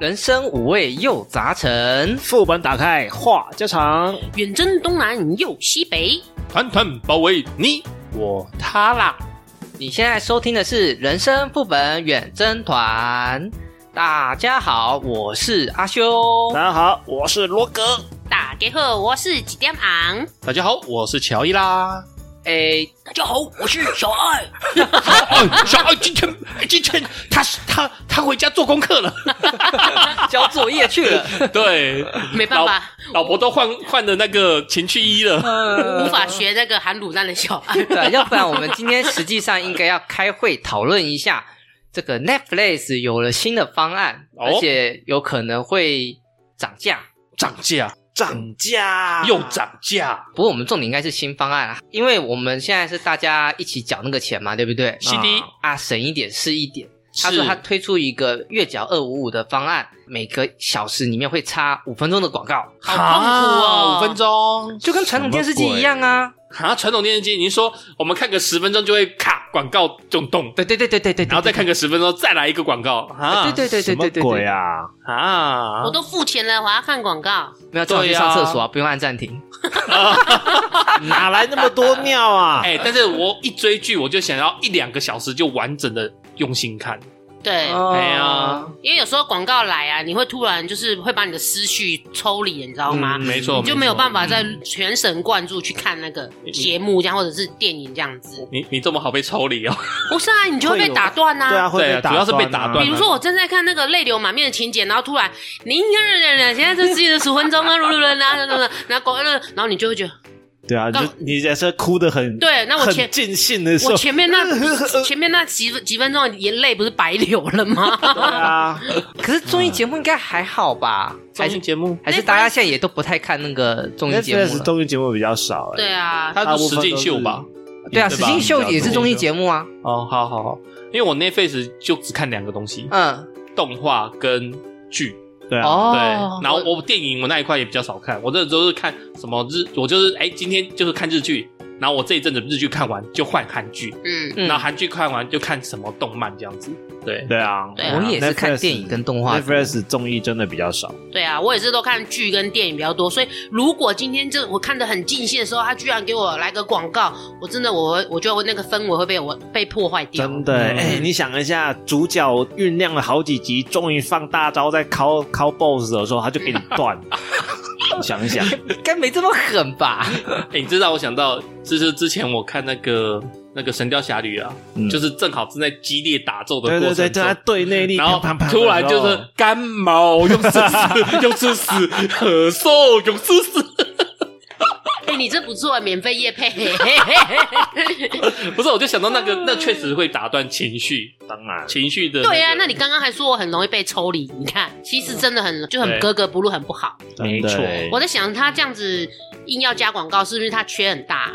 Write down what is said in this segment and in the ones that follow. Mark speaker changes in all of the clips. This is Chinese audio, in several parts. Speaker 1: 人生五味又杂陈，
Speaker 2: 副本打开话家常，
Speaker 3: 远征东南又西北，
Speaker 4: 团团包围你我他啦！
Speaker 1: 你现在收听的是《人生副本远征团》。大家好，我是阿修。
Speaker 2: 大家好，我是罗格。
Speaker 3: 大家好，我是几点昂。
Speaker 4: 大家好，我是乔伊啦。
Speaker 1: 诶、
Speaker 5: 大家好，我是小爱。
Speaker 4: 哎，小爱今天今天他他他回家做功课了。
Speaker 1: 交作业去 了。
Speaker 4: 对，
Speaker 3: 没办法，
Speaker 4: 老婆都换换了那个情趣衣了。
Speaker 3: 无法学那个含卤蛋的小爱。
Speaker 1: 呃对，要不然我们今天实际上应该要开会讨论一下，这个 Netflix 有了新的方案，
Speaker 4: 哦
Speaker 1: 而且有可能会涨价。
Speaker 4: 涨价
Speaker 2: 涨价
Speaker 4: 又涨价
Speaker 1: 不过我们重点应该是新方案啊，因为我们现在是大家一起缴那个钱嘛，对不对？
Speaker 4: ，CD
Speaker 1: 啊，省一点是一点。
Speaker 4: 是
Speaker 1: 他说他推出一个月缴二五五的方案，每个小时里面会插五分钟的广告，
Speaker 3: 好痛苦哦
Speaker 4: 啊五分钟
Speaker 1: 就跟传统电视机一样啊。
Speaker 4: 啊！传统电视机，您说我们看个十分钟就会卡广告咚咚，
Speaker 1: 对对对对对对，对
Speaker 4: 然后再看个十分钟再来一个广告啊！
Speaker 1: 对对对对对对
Speaker 2: 什么鬼
Speaker 1: 对，
Speaker 2: 啊！
Speaker 4: 啊
Speaker 3: 我，都付钱了，我还要看广告。
Speaker 1: 没有，最好去
Speaker 4: 对啊
Speaker 1: 上厕所啊，不用按暂停。
Speaker 2: 哪来那么多尿啊？
Speaker 4: 哎，但是我一追剧，我就想要一两个小时就完整的用心看。
Speaker 3: 对，
Speaker 1: 哎
Speaker 4: 呀，
Speaker 3: 因为有时候广告来啊，你会突然就是会把你的思绪抽离，你知道吗？
Speaker 4: 嗯没错，
Speaker 3: 你就没有
Speaker 4: 错
Speaker 3: 办法再全神贯注去看那个节目，这样或者是电影这样子。
Speaker 4: 你你这么好被抽离哦？
Speaker 3: 不是啊，你就会被打断呐、
Speaker 2: 对啊，会
Speaker 4: 对啊
Speaker 2: 被打断啊
Speaker 4: 主要是被打断
Speaker 3: 比如说，我正在看那个泪流满面的情节，然后突然，您现在这是十分钟啊，噜噜噜，然后然后然后然后你就会觉得，
Speaker 2: 对啊，
Speaker 3: 刚
Speaker 2: 就你也是哭的很，
Speaker 3: 对，啊那我前
Speaker 2: 很尽兴的时
Speaker 3: 我
Speaker 2: 候，
Speaker 3: 前面那前面那几分几分钟的眼泪不是白流了
Speaker 2: 对
Speaker 3: 吗？
Speaker 2: 啊，
Speaker 1: 可是综艺节目应该还好吧？还是
Speaker 4: 节目，
Speaker 1: 还是大家现在也都不太看那个综艺节目
Speaker 2: Netflix
Speaker 1: 了？
Speaker 2: 综艺节目比较少，哎
Speaker 3: 对，啊，
Speaker 4: 它是实境秀吧？
Speaker 1: 对啊，
Speaker 4: 对
Speaker 1: 实
Speaker 4: 吧
Speaker 1: 境秀也是综艺节目啊。
Speaker 4: 哦，好好好，因为我 Netflix 就只看两个东西，
Speaker 1: 嗯，
Speaker 4: 动画跟剧。
Speaker 2: 对啊，
Speaker 4: 对，
Speaker 1: 哦，
Speaker 4: 然后我电影我那一块也比较少看，我这都是看什么日，我就是哎，今天就是看日剧，然后我这一阵子日剧看完就换韩剧，
Speaker 3: 嗯，
Speaker 1: 嗯
Speaker 4: 然后韩剧看完就看什么动漫这样子。对，
Speaker 2: 对啊，
Speaker 3: 对啊
Speaker 1: 我也是看电影跟动画。
Speaker 2: Netflix 综艺真的比较少，
Speaker 3: 对啊，我也是都看剧跟电影比较多，所以如果今天这我看的很尽兴的时候，他居然给我来个广告，我真的我我觉得那个氛围会被我被破坏掉。
Speaker 2: 真的。
Speaker 4: 嗯
Speaker 2: 哎，你想一下，主角酝酿了好几集，终于放大招在敲敲 BOSS 的时候，他就给你 断。想一想，
Speaker 1: 应该没这么狠吧？
Speaker 4: 哎，你知道我想到，就是之前我看那个那个《神雕侠侣》啊，
Speaker 2: 嗯
Speaker 4: 就是正好正在激烈打斗的
Speaker 2: 对
Speaker 4: 过程
Speaker 2: 对对，对
Speaker 4: 中，
Speaker 2: 他对内力，
Speaker 4: 然后
Speaker 2: 啪啪啪
Speaker 4: 突然就
Speaker 2: 的
Speaker 4: 是
Speaker 2: 时候
Speaker 4: 干毛用吃屎，用吃屎，咳嗽用吃屎。
Speaker 3: 哎、你这不错，免费夜配。
Speaker 4: 不是，我就想到那个，那确实会打断情绪，
Speaker 2: 当然
Speaker 4: 情绪的、
Speaker 3: 嗯对啊，那你刚刚还说我很容易被抽离，你看，其实真的很就很
Speaker 4: 对
Speaker 3: 格格不入，很不好。
Speaker 4: 没
Speaker 2: 真的
Speaker 4: 错
Speaker 2: 哎
Speaker 3: 我在想，他这样子硬要加广告，是不是他缺很大？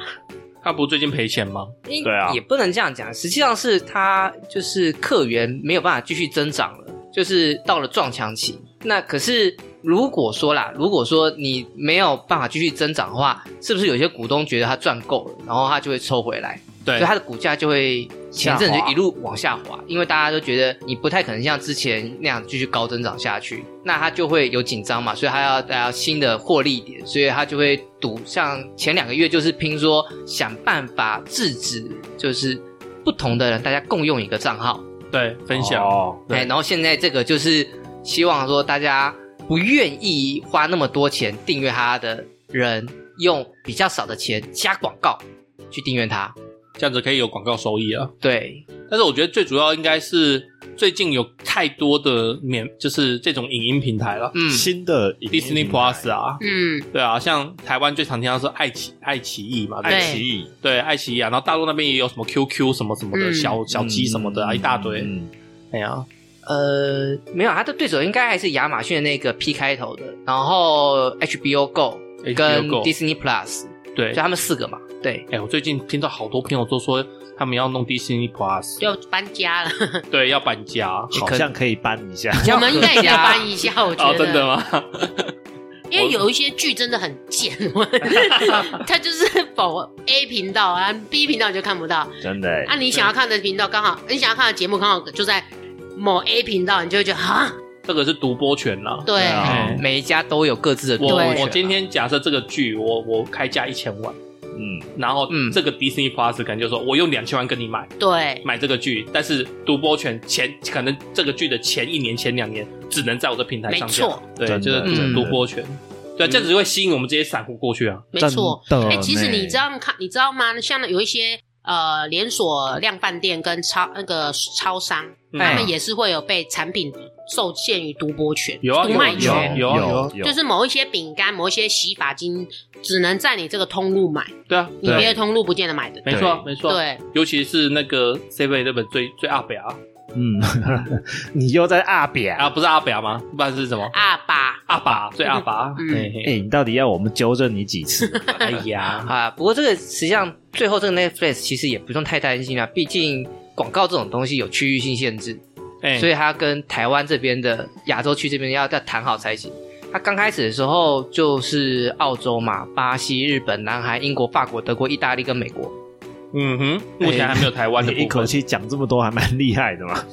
Speaker 4: 他不最近赔钱吗？
Speaker 1: 对
Speaker 2: 对啊
Speaker 1: 也不能这样讲。实际上是他就是客源没有办法继续增长了，就是到了撞墙期。那可是如果说啦，如果说你没有办法继续增长的话，是不是有些股东觉得他赚够了，然后他就会抽回来？
Speaker 4: 对
Speaker 1: 所以，它的股价就会前阵子就一路往下滑，因为大家都觉得你不太可能像之前那样继续高增长下去，那它就会有紧张嘛，所以它要它要新的获利点，所以它就会赌，像前两个月就是拼说想办法制止，就是不同的人大家共用一个账号，
Speaker 4: 对，分享。
Speaker 2: 哦
Speaker 4: 对
Speaker 1: 哎，然后现在这个就是希望说大家不愿意花那么多钱订阅它的人，用比较少的钱加广告去订阅它，
Speaker 4: 这样子可以有广告收益啊。
Speaker 1: 对。
Speaker 4: 但是我觉得最主要应该是最近有太多的免，就是这种影音平台了、
Speaker 1: 嗯，
Speaker 2: 新的影音
Speaker 4: d i s n e y Plus 啊，
Speaker 3: 嗯，
Speaker 4: 对啊，像台湾最常听到是爱奇爱奇艺嘛，对不
Speaker 2: 爱
Speaker 4: 对
Speaker 3: 嗯
Speaker 2: 奇艺
Speaker 4: 对，爱奇艺啊，然后大陆那边也有什么 QQ 什么什么的、
Speaker 3: 嗯
Speaker 4: 小小鸡什么的啊，一大堆。
Speaker 2: 嗯
Speaker 4: 哎呀，
Speaker 1: 呃，没有，他的对手应该还是亚马逊的那个 P 开头的，然后 HBO Go 跟
Speaker 4: Go
Speaker 1: Disney Plus，
Speaker 4: 哎对
Speaker 1: 就，他们四个嘛。对，
Speaker 4: 哎，我最近听到好多朋友都说他们要弄 Disney Plus，
Speaker 3: 要搬家了，
Speaker 4: 对，要搬家。
Speaker 2: 好像可以搬一下。
Speaker 3: 我们应该也可以搬
Speaker 1: 一。
Speaker 3: 一下，我觉得。
Speaker 4: 哦，真的？吗？
Speaker 3: 因为有一些剧真的很贱， 我它就是否 A 频道啊，B 频道你就看不到。
Speaker 2: 真的欸，
Speaker 3: 啊，你想要看的频道刚好，你想要看的节目刚好就在某 A 频道，你就会觉得啊，
Speaker 4: 这个是独播权啦。
Speaker 3: 对
Speaker 2: 对啊
Speaker 4: 哎
Speaker 1: 每一家都有各自的
Speaker 4: 我
Speaker 1: 独立权啊
Speaker 4: 我今天假设这个剧，我我开价一千万，
Speaker 2: 嗯，
Speaker 4: 然后
Speaker 1: 嗯
Speaker 4: 这个 Disney Plus 可能就说我用两千万跟你买
Speaker 3: 对
Speaker 4: 买这个剧，但是独播权前可能这个剧的前一年、前两年只能在我的平台
Speaker 3: 没
Speaker 4: 上架
Speaker 3: 错，
Speaker 4: 对，
Speaker 2: 真的
Speaker 4: 就是只
Speaker 1: 真
Speaker 4: 能
Speaker 1: 的
Speaker 4: 独播权。对，啊这样子就会吸引我们这些散户过去啊。
Speaker 3: 没错。
Speaker 2: 真的
Speaker 3: 哎、其实
Speaker 2: 呢
Speaker 3: 你这样看，你知道吗？像有一些呃连锁量贩店跟超那个超商，
Speaker 4: 嗯
Speaker 3: 他
Speaker 1: 哎
Speaker 3: 们也是会有被产品受限于独播权、
Speaker 4: 有啊
Speaker 3: 独卖
Speaker 4: 有
Speaker 3: 权。
Speaker 4: 有有啊
Speaker 2: 有
Speaker 3: 就是某一些饼干、某一些洗发精，只能在你这个通路买，
Speaker 4: 对啊，
Speaker 3: 你
Speaker 2: 对
Speaker 3: 别的通路不见得买得到。
Speaker 4: 没错啊没错啊，
Speaker 3: 对，
Speaker 4: 尤其是那个 Seven 日本最最阿北啊
Speaker 2: 嗯， 你又在阿扁
Speaker 4: 啊，不是阿北啊吗？不然是什么
Speaker 3: 阿爸，
Speaker 4: 阿爸最阿爸？
Speaker 3: 嗯
Speaker 4: 嘿嘿
Speaker 2: 哎、你到底要我们纠正你几 次？
Speaker 4: 哎呀，
Speaker 1: 啊，不过这个实际上最后这个 Netflix 其实也不用太担心啊，毕竟广告这种东西有区域性限制，
Speaker 4: 哎，
Speaker 1: 所以他跟台湾这边的亚洲区这边要再谈好才行。他刚开始的时候就是澳洲嘛、巴西、日本、南韩、英国、法国、德国、意大利跟美国，
Speaker 4: 嗯哼，目前还没有台湾的
Speaker 1: 哎
Speaker 2: 你一
Speaker 4: 部
Speaker 2: 口
Speaker 4: 分。
Speaker 2: 气讲这么多，还蛮厉害的嘛。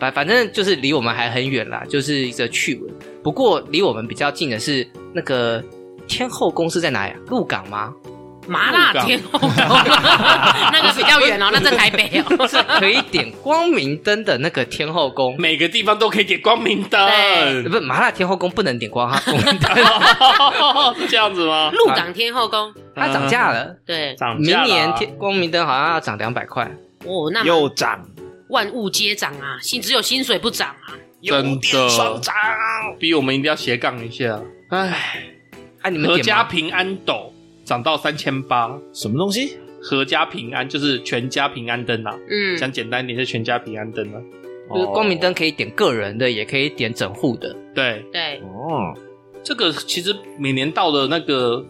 Speaker 1: 反反正就是离我们还很远啦，就是一则趣闻。不过离我们比较近的是那个天后公司在哪呀？鹿港吗？
Speaker 3: 麻辣天后宫， 那个比较远哦，那在台北 哦。
Speaker 1: 是可以点光明灯的那个天后宫。
Speaker 4: 每个地方都可以点光明
Speaker 1: 呃
Speaker 4: 灯，
Speaker 1: 不，麻辣天后宫不能点光哈，光明灯
Speaker 4: 是这样子吗？
Speaker 3: 鹿港天后宫，
Speaker 1: 它涨价了。
Speaker 3: 对，
Speaker 4: 涨
Speaker 1: 明
Speaker 4: 价了啊
Speaker 1: 年天光明灯好像要涨两百块，
Speaker 3: 哦，那
Speaker 2: 又涨，
Speaker 3: 万物皆涨啊，薪只有薪水不涨啊。
Speaker 4: 真
Speaker 2: 电双
Speaker 4: 的
Speaker 2: 涨，
Speaker 4: 逼我们一定要斜杠一下。唉，
Speaker 1: 啊，你们
Speaker 4: 合
Speaker 1: 点
Speaker 4: 家
Speaker 1: 吗？
Speaker 4: 平安斗涨到三千八，
Speaker 2: 什么东西？
Speaker 4: 合家平安就是全家平安灯啊，
Speaker 3: 嗯，
Speaker 4: 讲简单一点是全家平安灯啊。
Speaker 1: 就是光明灯可以点个人的，也可以点整户的。
Speaker 4: 对，
Speaker 3: 对，
Speaker 2: 哦，
Speaker 4: 这个其实每年到了那个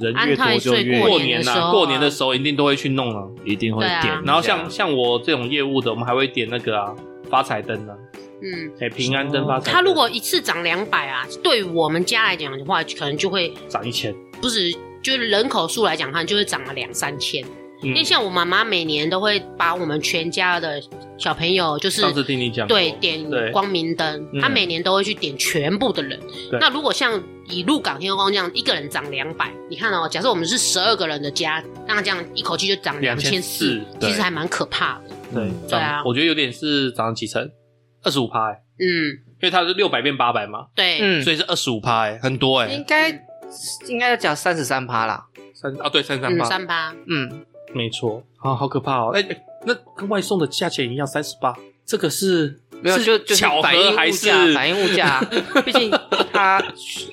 Speaker 2: 人
Speaker 3: 安
Speaker 2: 越
Speaker 3: 泰
Speaker 2: 多就
Speaker 3: 岁
Speaker 2: 越
Speaker 3: 过
Speaker 4: 过
Speaker 3: 年的
Speaker 4: 年
Speaker 3: 时候
Speaker 4: 啊，
Speaker 3: 啊
Speaker 4: 过年的时候一定都会去弄啊。
Speaker 2: 一定会
Speaker 3: 对啊
Speaker 2: 点一下。
Speaker 4: 然后像像我这种业务的，我们还会点那个啊发财灯啊，
Speaker 3: 嗯，
Speaker 4: 哎平安灯
Speaker 2: 哦
Speaker 4: 发财灯。
Speaker 3: 他如果一次涨两百啊，对于我们家来讲的话，可能就会
Speaker 4: 涨一千，
Speaker 3: 不止，就是人口数来讲，它就会涨了两三千。
Speaker 4: 嗯
Speaker 3: 因为像我妈妈每年都会把我们全家的小朋友，就是
Speaker 4: 上次听你讲过，
Speaker 3: 对点
Speaker 4: 对
Speaker 3: 光明灯，
Speaker 4: 嗯
Speaker 3: 她每年都会去点全部的人。
Speaker 4: 对
Speaker 3: 那如果像以鹿港天后宫这样，一个人涨两百，你看哦，假设我们是十二个人的家，那这样一口气就涨千四其实
Speaker 4: 2400，
Speaker 2: 对
Speaker 3: 还蛮可怕的。
Speaker 2: 对
Speaker 3: 对啊
Speaker 4: 涨我觉得有点是涨了几成，二十五趴，欸
Speaker 3: 嗯，
Speaker 4: 因为它是六百变八百嘛，
Speaker 3: 对，
Speaker 1: 嗯，
Speaker 4: 所以是二十五趴，欸很多哎、
Speaker 1: 应
Speaker 3: 嗯
Speaker 1: 该应该要讲三十三趴啦。
Speaker 4: 三啊对三三
Speaker 3: 嗯，
Speaker 4: 趴，
Speaker 3: 三八，
Speaker 1: 嗯，
Speaker 4: 没错，啊好可怕哦，哎、哎那跟外送的价钱一样三十八，这个是
Speaker 1: 没有
Speaker 4: 是
Speaker 1: 就就是
Speaker 4: 巧
Speaker 1: 反映
Speaker 4: 合
Speaker 1: 物
Speaker 4: 还是
Speaker 1: 价，反映物价啊。 毕竟他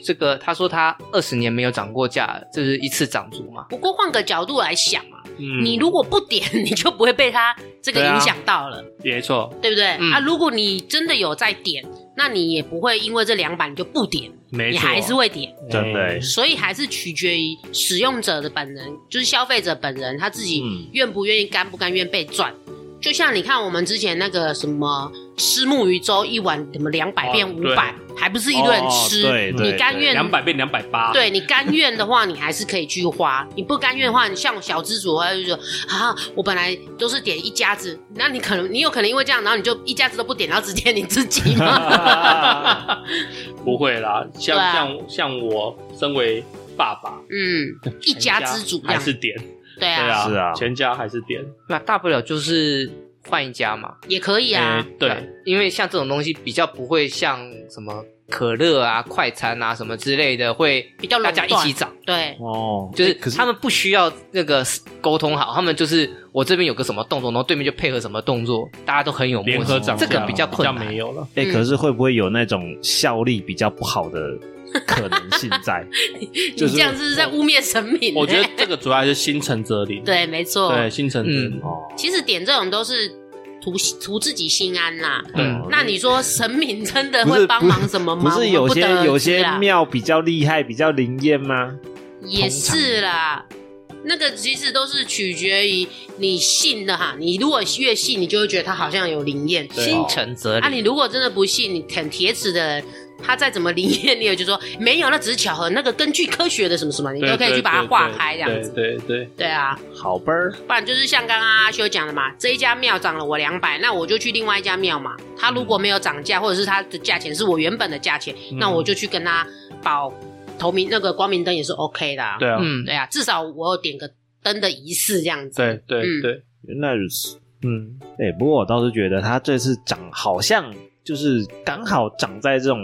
Speaker 1: 这个他说他二十年没有涨过价了，这是一次涨足嘛。
Speaker 3: 不过换个角度来想啊，
Speaker 4: 嗯
Speaker 3: 你如果不点， 你就不会被它这个
Speaker 4: 对啊
Speaker 3: 影响到了，
Speaker 4: 没错
Speaker 3: 对不对？
Speaker 1: 嗯
Speaker 3: 啊，如果你真的有在点，那你也不会因为这两百你就不点，
Speaker 4: 没
Speaker 3: 你
Speaker 4: 错，
Speaker 3: 还是会嗯点。
Speaker 2: 真的欸
Speaker 4: 哎
Speaker 3: 所以还是取决于使用者的本人，就是消费者本人他自己
Speaker 2: 嗯
Speaker 3: 愿不愿意、甘不甘愿被赚。就像你看我们之前那个什么吃木鱼粥，一碗什么两百变
Speaker 4: 哦
Speaker 3: 五
Speaker 4: 对
Speaker 3: 百，还不是一堆人
Speaker 2: 哦
Speaker 3: 吃？
Speaker 2: 对对
Speaker 3: 你甘 愿
Speaker 4: 两百变两百八，
Speaker 3: 对你甘愿的话，你还是可以去花；你不甘愿的话，你像小资主的话，他就说啊，我本来都是点一家子，那你可能你有可能因为这样，然后你就一家子都不点，然后只点你自 己嘛。
Speaker 4: 不会啦，像、
Speaker 3: 对啊
Speaker 4: 像像我身为爸爸，
Speaker 3: 嗯，一家之主这
Speaker 4: 还
Speaker 3: 样
Speaker 4: 是，点，
Speaker 3: 对
Speaker 4: 对
Speaker 3: 啊，
Speaker 4: 啊，
Speaker 2: 是啊
Speaker 4: 全家还是点，
Speaker 1: 那大不了就是换一家嘛。
Speaker 3: 也可以啊
Speaker 4: 哎。对，，
Speaker 1: 因为像这种东西比较不会像什么可乐啊、快餐啊什么之类的，会
Speaker 3: 比较垄
Speaker 1: 大
Speaker 3: 断哎
Speaker 1: 家一起涨。
Speaker 3: 对，
Speaker 2: 哦，
Speaker 1: 就是
Speaker 2: 欸可是
Speaker 1: 他们不需要那个沟通好，他们就是我这边有个什么动作，然后对面就配合什么动作，大家都很有默契
Speaker 4: 联合涨价
Speaker 1: 这个比较困
Speaker 4: 比
Speaker 1: 难
Speaker 4: 没。有了。
Speaker 2: 哎、
Speaker 3: 嗯
Speaker 2: 可是会不会有那种效力比较不好的可能性 在？就
Speaker 3: 你
Speaker 2: 是
Speaker 3: 这样是在污蔑神明欸。
Speaker 4: 我觉得这个主要还是心诚则灵，
Speaker 3: 对，没错。嗯
Speaker 4: 对，心诚则灵。
Speaker 2: 哦，
Speaker 3: 其实点这种都是图图自己心安啦。
Speaker 1: 对
Speaker 2: 哦
Speaker 3: 嗯那你说神明真的
Speaker 2: 不
Speaker 3: 会
Speaker 2: 是
Speaker 3: 帮忙什么
Speaker 2: 不
Speaker 3: 吗？
Speaker 2: 是
Speaker 3: 我
Speaker 2: 有
Speaker 3: 们
Speaker 2: 些
Speaker 3: 不得而
Speaker 2: 有
Speaker 3: 知啊
Speaker 2: 些
Speaker 3: 啦
Speaker 2: 庙比较厉害，比较灵验吗？
Speaker 3: 也是啦，那个其实都是取决于你信的哈。你如果越信，你就会觉得它好像有灵验。
Speaker 1: 心诚则
Speaker 3: 啊，你
Speaker 1: 灵，
Speaker 3: 如果真的不信，你啃铁齿的人，他再怎么灵验，你也就说没有，那只是巧合。那个根据科学的什么什么，你
Speaker 4: 对
Speaker 3: 都可以
Speaker 4: 对
Speaker 3: 去把它
Speaker 4: 对
Speaker 3: 化
Speaker 4: 对
Speaker 3: 开这样子。
Speaker 4: 对对对，
Speaker 3: 对啊，
Speaker 2: 好啵儿，
Speaker 3: 不然就是像刚刚阿修讲的嘛，这一家庙涨了我两百，那我就去另外一家庙嘛。他如果没有涨价，或者是他的价钱是我原本的价钱，那我就去跟他保投明那个光明灯也是 OK 的、啊。
Speaker 4: 对啊，
Speaker 1: 嗯，
Speaker 3: 对啊，至少我有点个灯的仪式这样子。
Speaker 4: 对对
Speaker 3: 嗯
Speaker 4: 对，
Speaker 2: 原来如此。
Speaker 4: 嗯，
Speaker 2: 哎、不过我倒是觉得他这次涨好像就是刚好涨在这种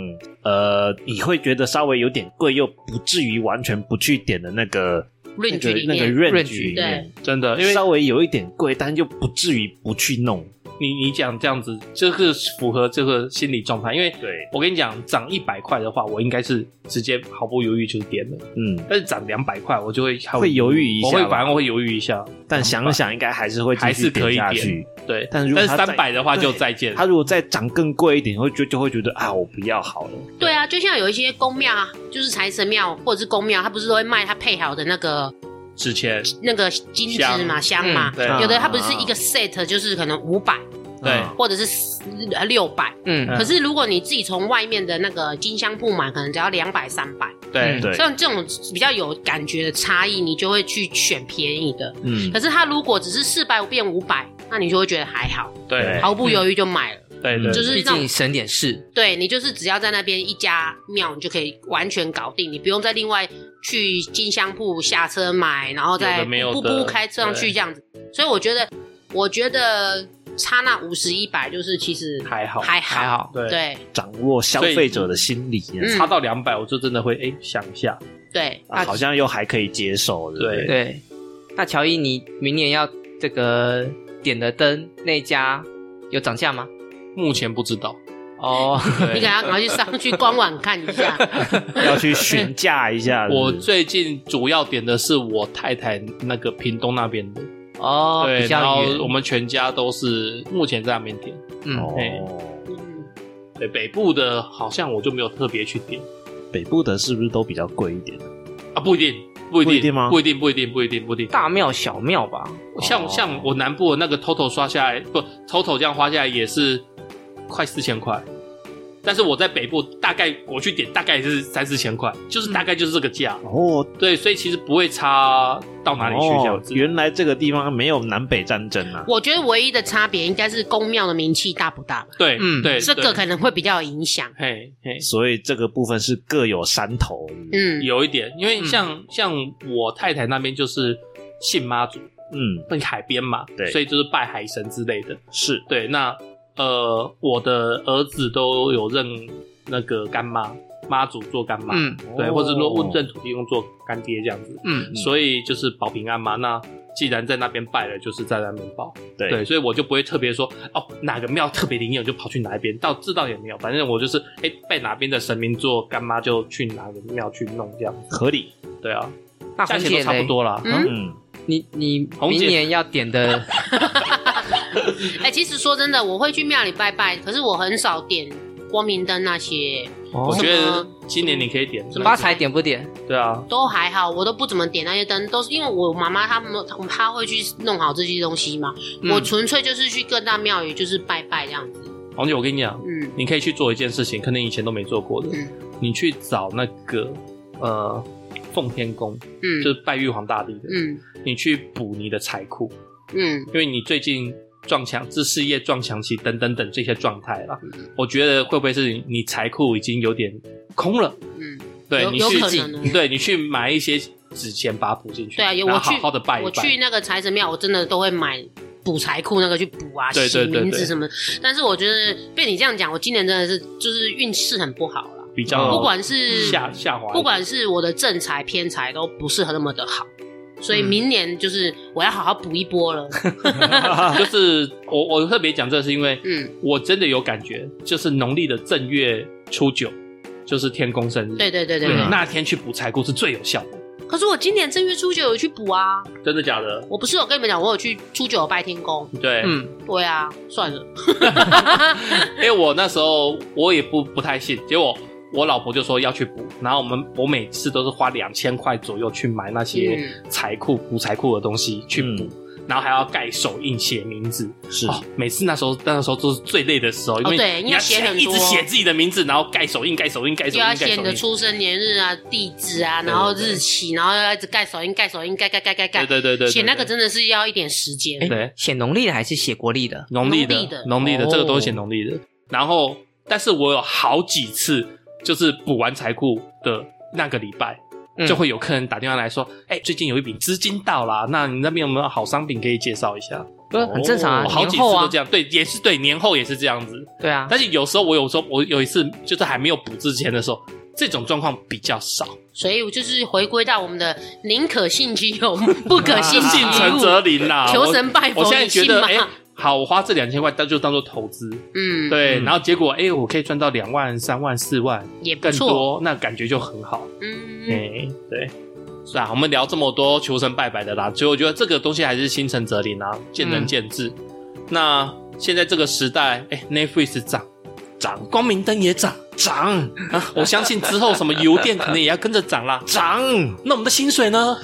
Speaker 2: 呃，你会觉得稍微有点贵，又不至于完全不去点的那个
Speaker 3: 论据里
Speaker 2: 那个
Speaker 3: 面，
Speaker 2: 那个
Speaker 1: range，
Speaker 2: range 里面，
Speaker 4: 真的，因为
Speaker 2: 稍微有一点贵，但又不至于不去弄。
Speaker 4: 你你讲这样子，这个是符合这个心理状态，因为
Speaker 2: 对，
Speaker 4: 我跟你讲，涨一百块的话，我应该是直接毫不犹豫就点了，
Speaker 2: 嗯，
Speaker 4: 但是涨两百块，我就会还
Speaker 2: 会犹豫一下
Speaker 4: 我会
Speaker 2: 吧
Speaker 4: 反而会犹豫一下，
Speaker 2: 但想想应该还是会继续
Speaker 4: 还是可
Speaker 2: 点
Speaker 4: 以
Speaker 2: 下
Speaker 4: 点
Speaker 2: 去。
Speaker 4: 对，
Speaker 2: 但如果
Speaker 4: 但是
Speaker 2: 它
Speaker 4: 三百的话
Speaker 2: 对
Speaker 4: 就再见，
Speaker 2: 他如果再涨更贵一点，会就就会觉得啊，我不要好了。
Speaker 3: 对啊，就像有一些宫庙啊，就是财神庙或者是宫庙，它不是都会卖它配好的那个
Speaker 4: 之前
Speaker 3: 那个金枝嘛、香嘛
Speaker 1: 嗯？
Speaker 4: 对
Speaker 3: 有的它不是一个 set，就是可能五百
Speaker 4: 对
Speaker 3: 或者是呃六百，
Speaker 1: 嗯，
Speaker 3: 可是如果你自己从外面的那个金香铺买，可能只要两百、三百，
Speaker 4: 对
Speaker 1: 嗯
Speaker 2: 对，
Speaker 3: 像这种比较有感觉的差异，你就会去选便宜的。
Speaker 2: 嗯
Speaker 3: 可，是它如果只是四百变五百，那你就会觉得还好，
Speaker 4: 对
Speaker 3: 毫不犹豫就买了。
Speaker 4: 对对，
Speaker 3: 嗯就是
Speaker 1: 毕
Speaker 3: 让
Speaker 1: 竟省点事，
Speaker 3: 对你就是只要在那边一家庙，你就可以完全搞定，你不用再另外去金香铺下车买，然后
Speaker 4: 有
Speaker 3: 再
Speaker 4: 的没有
Speaker 3: 步
Speaker 4: 的
Speaker 3: 步开车上去
Speaker 4: 对
Speaker 3: 这样子。所以我觉得，我觉得差那五十一百，就是其实
Speaker 4: 还好
Speaker 3: 还好，
Speaker 1: 还好
Speaker 4: 对
Speaker 3: 对
Speaker 2: 掌握消费者的心理，
Speaker 3: 以
Speaker 4: 差到两百，我就真的会哎想一下，
Speaker 3: 对，
Speaker 2: 啊好像又还可以接受，对不对？
Speaker 1: 对。那乔伊，你明年要这个点的灯那家有涨价吗？
Speaker 4: 目前不知道，
Speaker 1: 哦，
Speaker 3: 你可能要赶快去上去官网看一 下。
Speaker 2: 要去询价一下。
Speaker 4: 我
Speaker 2: 是不是
Speaker 4: 最近主要点的是我太太那个屏东那边的，
Speaker 1: 哦，
Speaker 4: 对，
Speaker 1: 比
Speaker 4: 然后
Speaker 1: 较远，
Speaker 4: 我们全家都是目前在那边点。
Speaker 1: 嗯，
Speaker 2: 哦，
Speaker 3: 嗯
Speaker 4: 对，北部的好像我就没有特别去点
Speaker 2: 北部的是不是都比较贵一点？
Speaker 4: 啊，不一定，不一定
Speaker 2: 不一定吗
Speaker 4: 不一定，不一定，不一定，不一定。
Speaker 1: 大庙小庙吧，
Speaker 4: 像
Speaker 2: 哦
Speaker 4: 像我南部的那个 total 刷下来，不 total 这样花下来也是快四千块，但是我在北部大概我去点大概是三四千块，就是大概就是这个价。
Speaker 2: 哦，
Speaker 4: 对，所以其实不会差到哪里去这样
Speaker 2: 哦
Speaker 4: 子。
Speaker 2: 原来这个地方没有南北战争啊。
Speaker 3: 我觉得唯一的差别应该是宫庙的名气大不大吧，
Speaker 4: 对，
Speaker 1: 嗯
Speaker 4: 对，
Speaker 3: 这个
Speaker 4: 对
Speaker 3: 可能会比较有影响。
Speaker 4: 嘿嘿，
Speaker 2: 所以这个部分是各有山头，
Speaker 3: 嗯，
Speaker 4: 有一点，因为像、像我太太那边就是信妈祖，
Speaker 2: 嗯，
Speaker 4: 那个海边嘛，
Speaker 2: 对
Speaker 4: 所以就是拜海神之类的。
Speaker 2: 是
Speaker 4: 对，那呃，我的儿子都有认那个干妈妈祖做干妈，
Speaker 1: 嗯
Speaker 4: 对，
Speaker 2: 哦
Speaker 4: 或者说问认土地公做干爹这样子，
Speaker 1: 嗯，
Speaker 4: 所以就是保平安嘛。那既然在那边拜了，就是在那边保，对，
Speaker 2: 对，
Speaker 4: 所以我就不会特别说哦哪个庙特别灵验，我就跑去哪一边，到这倒也没有，反正我就是哎、拜哪边的神明做干妈就去哪个庙去弄这样子，
Speaker 2: 合理。
Speaker 4: 对啊，
Speaker 1: 那
Speaker 4: 价
Speaker 1: 红
Speaker 4: 钱都
Speaker 1: 姐
Speaker 4: 差不
Speaker 1: 嘞，
Speaker 4: 多啦。
Speaker 3: 嗯
Speaker 2: 嗯，
Speaker 1: 你你
Speaker 4: 红姐
Speaker 1: 明年要点 的，
Speaker 4: 嗯
Speaker 3: 哎、其实说真的，我会去庙里拜拜，可是我很少点光明灯那些，
Speaker 1: 哦
Speaker 4: 我觉
Speaker 3: 什
Speaker 4: 得
Speaker 3: 么
Speaker 4: 今年你可以点那个
Speaker 1: 发财点不点？
Speaker 4: 对啊，
Speaker 3: 都还好，我都不怎么点那些灯，都是因为我妈妈他们她会去弄好这些东西嘛，
Speaker 1: 嗯
Speaker 3: 我纯粹就是去各大庙宇就是拜拜这样子。
Speaker 4: 红姐，我跟你讲，
Speaker 3: 嗯，
Speaker 4: 你可以去做一件事情，可能以前都没做过的，
Speaker 3: 嗯
Speaker 4: 你去找那个呃奉天宫，
Speaker 3: 嗯
Speaker 4: 就是拜玉皇大帝的，
Speaker 3: 嗯
Speaker 4: 你去补你的财库，
Speaker 3: 嗯
Speaker 4: 因为你最近撞墙、这事业撞墙期等等等这些状态啦，我觉得会不会是你财库已经有点空了？
Speaker 3: 嗯，
Speaker 4: 对
Speaker 3: 有
Speaker 4: 你
Speaker 3: 有
Speaker 4: 去
Speaker 3: 可
Speaker 4: 进
Speaker 3: 能哦，
Speaker 4: 对你去买一些纸钱把它补进去，
Speaker 3: 对啊，有
Speaker 4: 然
Speaker 3: 我
Speaker 4: 后
Speaker 3: 去
Speaker 4: 好好的拜一
Speaker 3: 我
Speaker 4: 拜。
Speaker 3: 去那个财神庙，我真的都会买补财库那个去补啊，
Speaker 4: 对对
Speaker 3: 洗
Speaker 4: 对
Speaker 3: 名字
Speaker 4: 对
Speaker 3: 什么。但是我觉得被你这样讲，我今年真的是就是运势很不好了，
Speaker 4: 比较
Speaker 2: 哦
Speaker 3: 不管是
Speaker 4: 下下滑一
Speaker 3: 嗯
Speaker 4: 点，
Speaker 3: 不管是我的正财偏财都不是那么的好，所以
Speaker 1: 嗯
Speaker 3: 明年就是我要好好补一波了。
Speaker 4: 就是我我特别讲这是因为
Speaker 3: 嗯，
Speaker 4: 我真的有感觉，就是农历的正月初九，就是天公生日，
Speaker 3: 对对对对
Speaker 4: 对啊
Speaker 3: 对。
Speaker 4: 那天去补财库是最有效的，
Speaker 3: 可是我今年正月初九有去补啊，
Speaker 4: 真的假的？
Speaker 3: 我不是有跟你们讲，我有去初九有拜天公。
Speaker 4: 对，
Speaker 1: 嗯，
Speaker 3: 对啊，算了，
Speaker 4: 因为我那时候我也不不太信，结果我老婆就说要去补，然后我们我每次都是花两千块左右去买那些
Speaker 3: 嗯
Speaker 4: 财库补财库的东西去补，然后还要盖手印写名字。
Speaker 2: 是
Speaker 4: 哦，每次那时候那时候都是最累的时候，因为
Speaker 3: 哦对因为
Speaker 4: 你要
Speaker 3: 写很
Speaker 4: 一
Speaker 3: 多
Speaker 4: 直写自己的名字，然后盖手印、盖手印、盖手
Speaker 3: 又要
Speaker 4: 印、盖
Speaker 3: 写你
Speaker 4: 手
Speaker 3: 的
Speaker 4: 印。
Speaker 3: 出生年日啊、地址啊，然后日期，然后要一直盖手印、盖手印、盖盖盖盖盖
Speaker 4: 对。对对对对，
Speaker 3: 写那个
Speaker 4: 对
Speaker 3: 真的是要一点时间。
Speaker 4: 对
Speaker 1: 哎写农历的还是写国历的？
Speaker 4: 农历
Speaker 3: 农历的
Speaker 4: 的农历的
Speaker 1: 哦
Speaker 4: 这个都是写农历的。然后，但是我有好几次就是补完财库的那个礼拜，
Speaker 1: 嗯
Speaker 4: 就会有客人打电话来说：“哎、最近有一笔资金到啦，那你那边有没有好商品可以介绍一下
Speaker 1: 不是很正常啊，
Speaker 4: 我哦好
Speaker 1: 年
Speaker 4: 几次
Speaker 1: 后
Speaker 4: 都
Speaker 1: 啊
Speaker 4: 这，样，对，也是对，年后也是这样子。
Speaker 1: 对啊，
Speaker 4: 但是有时候我有时候我有一次就是还没有补之前的时候，这种状况比较少，
Speaker 3: 所以我就是回归到我们的宁可信其有，不可信
Speaker 1: 啊
Speaker 3: 其
Speaker 4: 信诚
Speaker 3: 无。
Speaker 4: 则灵啦。
Speaker 3: 求神拜佛
Speaker 4: 啊我，我现在
Speaker 3: 你
Speaker 4: 觉
Speaker 3: 信
Speaker 4: 得，
Speaker 3: 吗
Speaker 4: 哎、好，我花这两千块当就当做投资，
Speaker 3: 嗯，，
Speaker 4: 对，
Speaker 2: 嗯
Speaker 4: 然后结果哎、我可以赚到两万、三万、四万，
Speaker 3: 也不
Speaker 4: 更
Speaker 3: 错。
Speaker 4: 多，那感觉就很好。哎、
Speaker 3: 嗯，
Speaker 4: 对，是啊，我们聊这么多求神拜拜的啦，所以我觉得这个东西还是心诚则灵啊，见
Speaker 3: 嗯
Speaker 4: 仁见智。那现在这个时代，哎、n e t f l i x 涨涨，光明灯也涨
Speaker 2: 涨。
Speaker 4: 啊，我相信之后什么油电可能也要跟着涨啦
Speaker 2: 涨
Speaker 4: 那我们的薪水呢？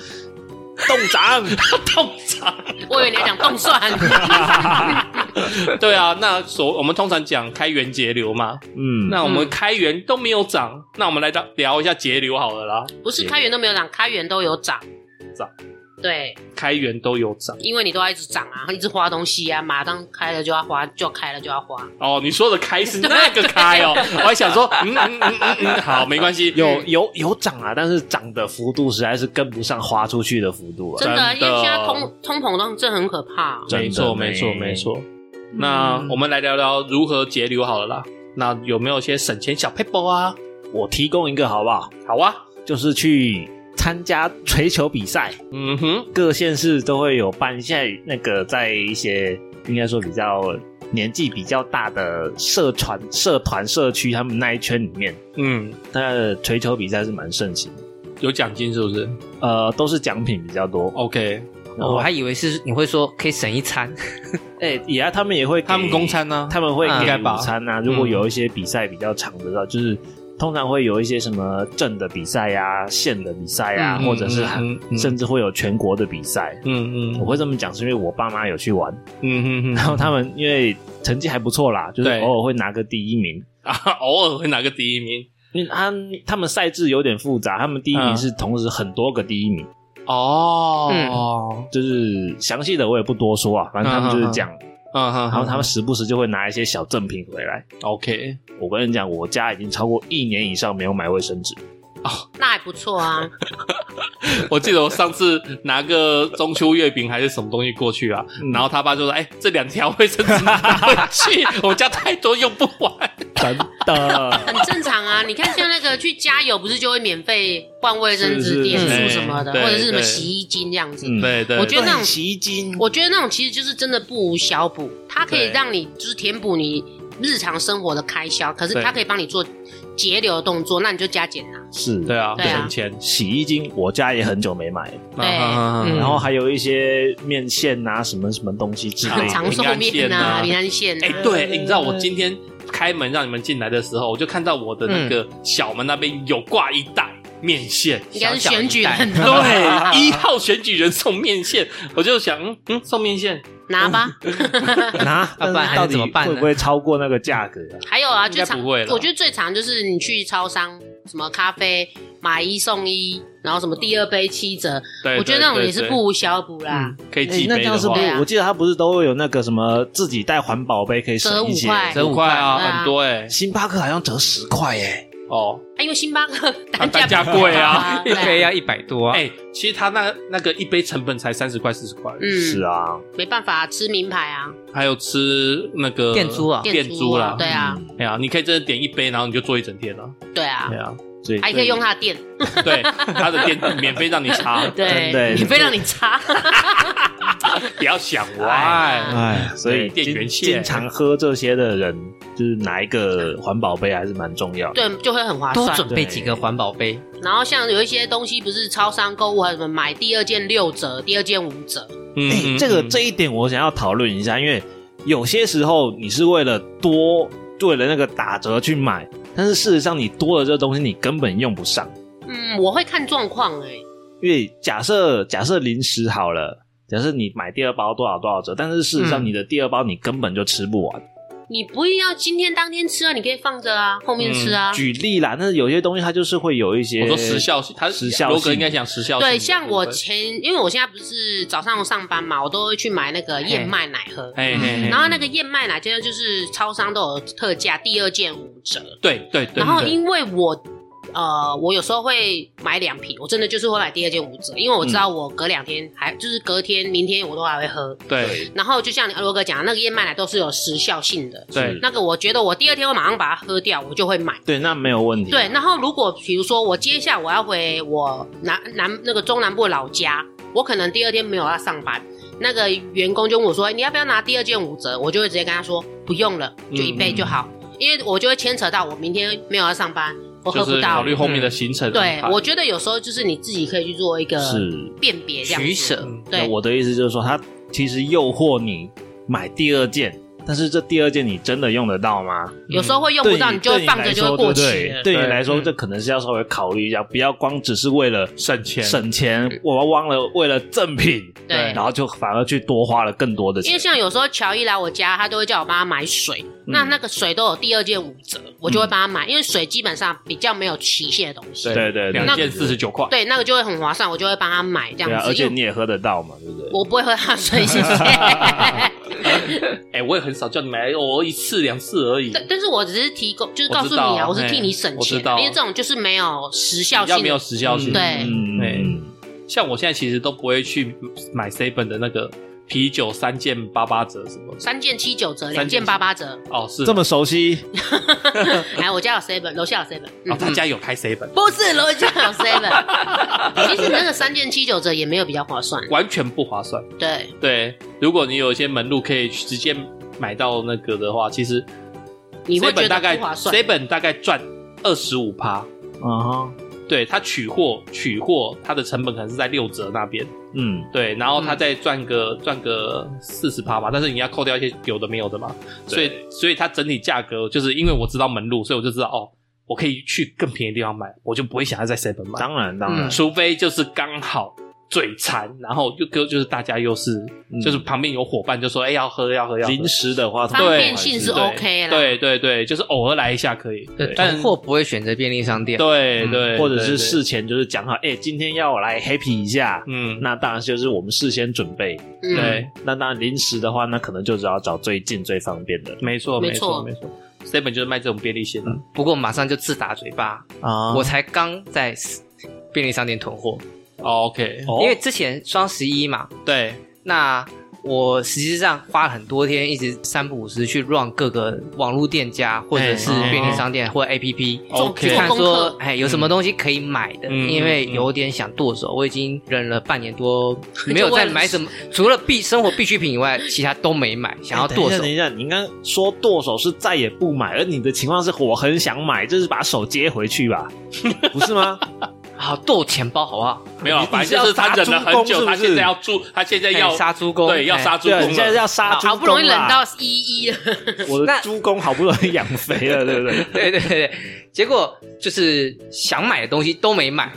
Speaker 2: 动涨，
Speaker 4: 通常
Speaker 3: 我以为你要讲动 算，
Speaker 4: 对啊，那所我们通常讲开源节流嘛，
Speaker 2: 嗯，
Speaker 4: 那我们
Speaker 3: 嗯
Speaker 4: 开源都没有涨，那我们来到聊一下节流好了啦。
Speaker 3: 不是开源都没有涨，开源都有涨。
Speaker 4: 涨。
Speaker 3: 对，
Speaker 4: 开源都有涨
Speaker 3: 因为你都要一直涨啊，一直花东西啊，马上开了就要花，就要开了就要花。
Speaker 4: 哦，你说的开 是那个开哦，我还想说，嗯嗯嗯嗯嗯，好，没关系，
Speaker 2: 有有有涨啊，但是涨的幅度实在是跟不上花出去的幅度啊。
Speaker 3: 真的，
Speaker 4: 真
Speaker 3: 因
Speaker 4: 的哦
Speaker 3: 为现在通通膨都真的很可怕。
Speaker 2: 真的嗯
Speaker 4: 没错，
Speaker 2: 呢
Speaker 4: 没错，没错。那我们来聊聊如何节流好了啦。那有没有一些省钱小 paper 啊？
Speaker 2: 我提供一个好不好？
Speaker 4: 好啊，
Speaker 2: 就是去参加锤球比赛，
Speaker 4: 嗯哼，
Speaker 2: 各县市都会有办。现在那个在一些应该说比较年纪比较大的社团、社团、社区，他们那一圈里面，
Speaker 4: 嗯，
Speaker 2: 他的锤球比赛是蛮盛行的。
Speaker 4: 有奖金是不是
Speaker 2: 呃，都是奖品比较多，
Speaker 4: ？OK，
Speaker 2: 然后
Speaker 1: 哦我还以为是你会说可以省一餐，
Speaker 2: 哎，也啊，他们也会给
Speaker 4: 他们公餐呢？
Speaker 2: 他们会
Speaker 1: 嗯
Speaker 2: 给
Speaker 4: 应该吧
Speaker 2: 午餐啊。如果有一些比赛比较长的话，就是通常会有一些什么镇的比赛呀、县的比赛呀，
Speaker 1: 嗯
Speaker 2: 或者是
Speaker 4: 嗯嗯
Speaker 2: 甚至会有全国的比赛。
Speaker 4: 嗯
Speaker 2: 我
Speaker 4: 嗯
Speaker 2: 会这么讲，是因为我爸妈有去玩，
Speaker 4: 嗯嗯
Speaker 2: 然后他们因为成绩还不错啦，就是
Speaker 4: 对
Speaker 2: 偶尔会拿个第一名。
Speaker 4: 啊， 偶尔会拿个第一名
Speaker 2: 因为他他们赛制有点复杂，他们第一名
Speaker 4: 嗯
Speaker 2: 是同时很多个第一名，
Speaker 4: 哦，
Speaker 2: 就是详细的我也不多说啊，反正他们就是讲，
Speaker 4: 嗯哼，
Speaker 2: 然后他们时不时就会拿一些小赠品回来。
Speaker 4: OK，
Speaker 2: 我跟你讲，我家已经超过一年以上没有买卫生纸，
Speaker 3: 那还不错啊。
Speaker 4: 我记得我上次拿个中秋月饼还是什么东西过去啊，
Speaker 2: 嗯
Speaker 4: 然后他爸就说：“哎、这两条卫生纸拿回去，我家太多用不完。
Speaker 2: 真的。
Speaker 3: 很正常啊。你看，像那个去加油，不是就会免费换卫生
Speaker 2: 是是
Speaker 3: 纸、点
Speaker 4: 是
Speaker 3: 数什么的，
Speaker 4: 对
Speaker 3: 或者是什么
Speaker 4: 对
Speaker 3: 洗衣精这样子。
Speaker 2: 嗯
Speaker 4: 对对
Speaker 3: 我觉得那种
Speaker 2: 洗衣精，
Speaker 3: 我觉得那种其实就是真的不无小补，它可以
Speaker 4: 对
Speaker 3: 让你就是填补你日常生活的开销，可是
Speaker 4: 对
Speaker 3: 它可以帮你做节流的动作，那你就加减啊。
Speaker 2: 是
Speaker 4: 对啊，
Speaker 3: 对啊
Speaker 4: 省钱。啊
Speaker 2: 洗衣精，我家也很久没买，
Speaker 3: 对
Speaker 1: 嗯
Speaker 2: 然后还有一些面线啊，什么什么东西之类
Speaker 3: 很
Speaker 4: 啊
Speaker 2: 的。
Speaker 3: 长寿面啊，
Speaker 4: 平
Speaker 3: 平安县
Speaker 4: 哎、
Speaker 3: 啊，
Speaker 4: 对、哎你知道我今天开门让你们进来的时候，我就看到我的
Speaker 3: 嗯
Speaker 4: 那个小门那边有挂一袋面线，
Speaker 3: 应该是
Speaker 4: 小小
Speaker 3: 选举
Speaker 4: 一袋
Speaker 3: 人
Speaker 4: 对，一号选举人送面线，我就想，嗯嗯，送面线，
Speaker 3: 拿吧。
Speaker 2: 拿，
Speaker 1: 要不然
Speaker 2: 但是到底
Speaker 1: 还能怎么办呢
Speaker 2: 会不会超过那个价格啊？
Speaker 3: 还有啊，
Speaker 4: 呃应
Speaker 3: 最
Speaker 4: 该
Speaker 3: 常
Speaker 4: 不会了
Speaker 3: 我觉得最常就是你去超商，什么咖啡买一送一，然后什么第二杯七折，
Speaker 4: 对，
Speaker 3: 我觉得那种也是
Speaker 4: 对
Speaker 3: 不、无小补啦。
Speaker 4: 对对可以
Speaker 2: 哎
Speaker 4: 寄
Speaker 2: 那
Speaker 4: 杯
Speaker 2: 这
Speaker 4: 的
Speaker 2: 样是不
Speaker 4: 话
Speaker 2: 是
Speaker 3: 对，啊
Speaker 2: 我记得它不是都会有那个什么自己带环保杯可以
Speaker 3: 折
Speaker 2: 省
Speaker 3: 五
Speaker 2: 一些？
Speaker 3: 块
Speaker 1: 折
Speaker 4: 五块啊，
Speaker 3: 对啊
Speaker 4: 很多哎、
Speaker 2: 星巴克好像折十块耶，
Speaker 4: 哦，
Speaker 3: 啊，因为星巴克
Speaker 4: 它
Speaker 3: 单价
Speaker 4: 单价
Speaker 3: 不
Speaker 4: 贵啊
Speaker 1: 一杯
Speaker 3: 对啊，
Speaker 1: 要一百多啊
Speaker 4: 哎、，其实他那那个一杯成本才三十块四十块，
Speaker 2: 是
Speaker 3: 嗯，
Speaker 2: 啊，
Speaker 3: 没办法，吃名牌啊，
Speaker 4: 还有吃那个
Speaker 1: 店租啊
Speaker 4: 店租啦
Speaker 3: 啊，，对啊，
Speaker 2: 嗯，
Speaker 4: 哎呀，你可以真的点一杯，然后你就坐一整天了，
Speaker 3: 对啊
Speaker 4: 对，啊，
Speaker 2: 所以
Speaker 3: 还可以用它的电，
Speaker 4: 对，他的店 免费让你查，哎
Speaker 2: 真的
Speaker 3: 对，免费让你擦，
Speaker 4: 不要想
Speaker 3: 哎
Speaker 4: 歪，
Speaker 2: 哎，所以
Speaker 4: 对电源
Speaker 2: 经经
Speaker 4: 线
Speaker 2: 常喝这些的人，就是拿一个环保杯还是蛮重要的。
Speaker 3: 对，就会很划
Speaker 1: 多
Speaker 3: 算。
Speaker 1: 准备几个环保杯，
Speaker 3: 然后像有一些东西，不是超商购物啊还有什么买第二件六折，第二件五折，
Speaker 4: 嗯
Speaker 2: 哎、
Speaker 4: 嗯
Speaker 2: 这个
Speaker 4: 嗯
Speaker 2: 这一点我想要讨论一下，因为有些时候你是为了多为了那个打折去买，但是事实上你多了这东西你根本用不上，
Speaker 3: 嗯，我会看状况哎，
Speaker 2: 因为假设假设零食好了，假设你买第二包多少多少折，但是事实上
Speaker 1: 嗯
Speaker 2: 你的第二包你根本就吃不完。
Speaker 3: 你不一定要今天当天吃啊，你可以放着啊，后面吃
Speaker 4: 嗯
Speaker 3: 啊。
Speaker 2: 举例啦，但是有些东西它就是会有一些，
Speaker 4: 我说时效性，他
Speaker 2: 时效性
Speaker 4: 罗格应该讲时效性的部分。
Speaker 3: 对，像我前，因为我现在不是早上上班嘛，我都会去买那个燕麦奶喝。
Speaker 2: 嗯
Speaker 4: 嘿，嘿嘿
Speaker 3: 然后那个燕麦奶现在就是超商都有特价，第二件五折。
Speaker 4: 对对对，
Speaker 3: 然后
Speaker 4: 对
Speaker 3: 因为我呃，我有时候会买两瓶，我真的就是会买第二件五折，因为我知
Speaker 4: 嗯
Speaker 3: 道我隔两天还就是隔天、明天我都还会喝。
Speaker 4: 对
Speaker 3: 然后就像你罗哥讲的，那个燕麦奶都是有时效性的，
Speaker 4: 对
Speaker 3: 那个我觉得我第二天会马上把它喝掉，我就会买。
Speaker 2: 对，那没有问题。
Speaker 3: 对，然后如果比如说我接下来我要回我南南那个中南部的老家，我可能第二天没有要上班，那个员工就问我说：“哎你要不要拿第二件五折？”我就会直接跟他说：“不用了，就一杯就好。
Speaker 2: 嗯
Speaker 3: 因为我就会牵扯到我明天没有要上班，我喝
Speaker 4: 就
Speaker 3: 不
Speaker 4: 是考
Speaker 3: 到。
Speaker 4: 虑后面的行程安嗯
Speaker 3: 对
Speaker 4: 排。，
Speaker 3: 我觉得有时候就是你自己可以去做一个
Speaker 2: 是。
Speaker 3: 辨别这样子
Speaker 1: 取舍，
Speaker 4: 嗯
Speaker 2: 那
Speaker 3: 对，
Speaker 2: 我的意思就是说，它其实诱惑你买第二件，但是这第二件你真的用得到吗？
Speaker 3: 有时候会用
Speaker 2: 对
Speaker 3: 不
Speaker 2: 你
Speaker 3: 到，你就会放着就会过期了。嗯
Speaker 2: 对你来说，
Speaker 1: 对
Speaker 2: 这可能是要稍微考虑一下，不要光只是为了
Speaker 4: 省钱
Speaker 2: 省钱，我忘了为了赠品，
Speaker 3: 对
Speaker 2: 然后就反而去多花了更多的
Speaker 3: 因
Speaker 2: 钱
Speaker 3: 为。像有时候乔伊来我家，他都会叫我帮他买水，
Speaker 4: 嗯
Speaker 3: 那那个水都有第二件五折，我就会帮他买，因为水基本上比较没有期限的东西，
Speaker 2: 对对对，
Speaker 4: 两件四十九块，
Speaker 3: 对，那个就会很划算，我就会帮他买这样
Speaker 2: 对
Speaker 3: 子。
Speaker 2: 啊，而且
Speaker 3: 因为
Speaker 2: 你也喝得到嘛，对不对？
Speaker 3: 我不会喝他的水，谢谢。
Speaker 4: 哎，我也很少叫你买，我一次两次而已。
Speaker 3: 但但是我只是提供，就是告诉
Speaker 4: 我
Speaker 3: 你
Speaker 4: 知道
Speaker 3: 啊，我是替你省
Speaker 4: 我知
Speaker 3: 钱
Speaker 4: 道
Speaker 3: 的，因为这种就是没有时效
Speaker 4: 比较
Speaker 3: 性
Speaker 4: 没有
Speaker 3: 的。
Speaker 4: 时效性。哎
Speaker 1: 嗯
Speaker 2: 嗯，
Speaker 3: 对
Speaker 4: 对
Speaker 2: 嗯
Speaker 4: 像我现在其实都不会去买 seven 的那个啤酒三件八八折什么的。
Speaker 3: 三件七九折，两
Speaker 4: 三件
Speaker 3: 件八八折。
Speaker 4: 哦，是
Speaker 2: 这么熟悉，
Speaker 3: 哎，我家有 seven，楼下有 seven。
Speaker 4: 哦，
Speaker 3: 嗯，
Speaker 4: 他家有开 seven，
Speaker 3: 不是楼下有 seven。其实那个三件七九折也没有比较划算。
Speaker 4: 完全不划算。
Speaker 3: 对，
Speaker 4: 对，如果你有一些门路可以直接买到那个的话，其实
Speaker 3: 你会
Speaker 4: seven
Speaker 3: 觉
Speaker 4: 大
Speaker 3: 得
Speaker 4: 概
Speaker 3: 不划算。
Speaker 4: seven 大概赚二十五趴。
Speaker 2: 啊哈，
Speaker 4: 对他取货取货，它的成本可能是在六折那边，
Speaker 2: 嗯，
Speaker 4: 对，然后他再赚个、赚个四十趴吧，但是你要扣掉一些有的没有的嘛，所以所以它整体价格就是因为我知道门路，所以我就知道哦，我可以去更便宜的地方买，我就不会想要在 seven 买，
Speaker 2: 当然当然
Speaker 1: 嗯，
Speaker 4: 除非就是刚好嘴馋，然后又就就是大家又是、
Speaker 2: 嗯
Speaker 4: 就是旁边有伙伴就说哎、要喝要喝要喝，
Speaker 2: 临时的话，
Speaker 3: 方便性是
Speaker 2: 对
Speaker 1: 哦
Speaker 3: OK 啦
Speaker 4: 对对对，就是偶尔来一下可以，
Speaker 1: 对，
Speaker 4: 但
Speaker 1: 囤货不会选择便利商店，
Speaker 4: 对
Speaker 1: 嗯
Speaker 4: 对，
Speaker 2: 或者
Speaker 4: 对
Speaker 2: 是
Speaker 4: 对
Speaker 2: 事前就是讲好，哎、今天要来 happy 一下，
Speaker 4: 嗯
Speaker 2: 那当然就是我们事先准备。哎
Speaker 3: 嗯
Speaker 4: 对。
Speaker 2: 那当然临时的话，那可能就只要找最近最方便的
Speaker 4: 没错，
Speaker 3: 没
Speaker 4: 没错，
Speaker 3: 错
Speaker 4: 没错。Seven 就是卖这种便利性的、
Speaker 1: 不过马上就自打嘴巴，
Speaker 2: 啊
Speaker 1: 我才刚在便利商店囤货，
Speaker 4: o k
Speaker 2: 哦
Speaker 1: 因为之前双十一嘛，
Speaker 4: 对，
Speaker 1: 那我实际上花了很多天，一直三不五时去 run 各个网络店家或者是
Speaker 4: 哎
Speaker 1: 便利商店或者 APP，
Speaker 2: 哦
Speaker 3: 做
Speaker 4: OK
Speaker 1: 去
Speaker 3: 做
Speaker 1: 看
Speaker 3: 功
Speaker 1: 说
Speaker 3: 课，
Speaker 1: 哎有什么东西可以买的，
Speaker 4: 嗯
Speaker 1: 因为有点想剁手，我已经忍了半年 多，
Speaker 3: 了
Speaker 1: 没有再买什么，除了必生活必需品以外，其他都没买，想要剁手
Speaker 2: 哎等。一下，等一下你应该说剁手是再也不买，而你的情况是我很想买，就是把手接回 去吧，不是吗？
Speaker 1: 好剁钱包好不好？
Speaker 4: 没有，
Speaker 2: 你
Speaker 4: 反正就是他忍了很久，
Speaker 2: 你是要杀猪工是不是
Speaker 4: 他现在要住，他现在要
Speaker 1: 哎杀猪工，
Speaker 4: 对，要
Speaker 1: 哎
Speaker 4: 杀猪
Speaker 2: 对
Speaker 4: 工
Speaker 2: 啊，
Speaker 4: 了。
Speaker 2: 你现在是要杀猪，
Speaker 3: 好不容易冷到，一一了，
Speaker 2: 我的
Speaker 1: 那
Speaker 2: 猪公好不容易养肥了，对 不
Speaker 1: 对
Speaker 2: 对？
Speaker 1: 对对，结果就是想买的东西都没 买。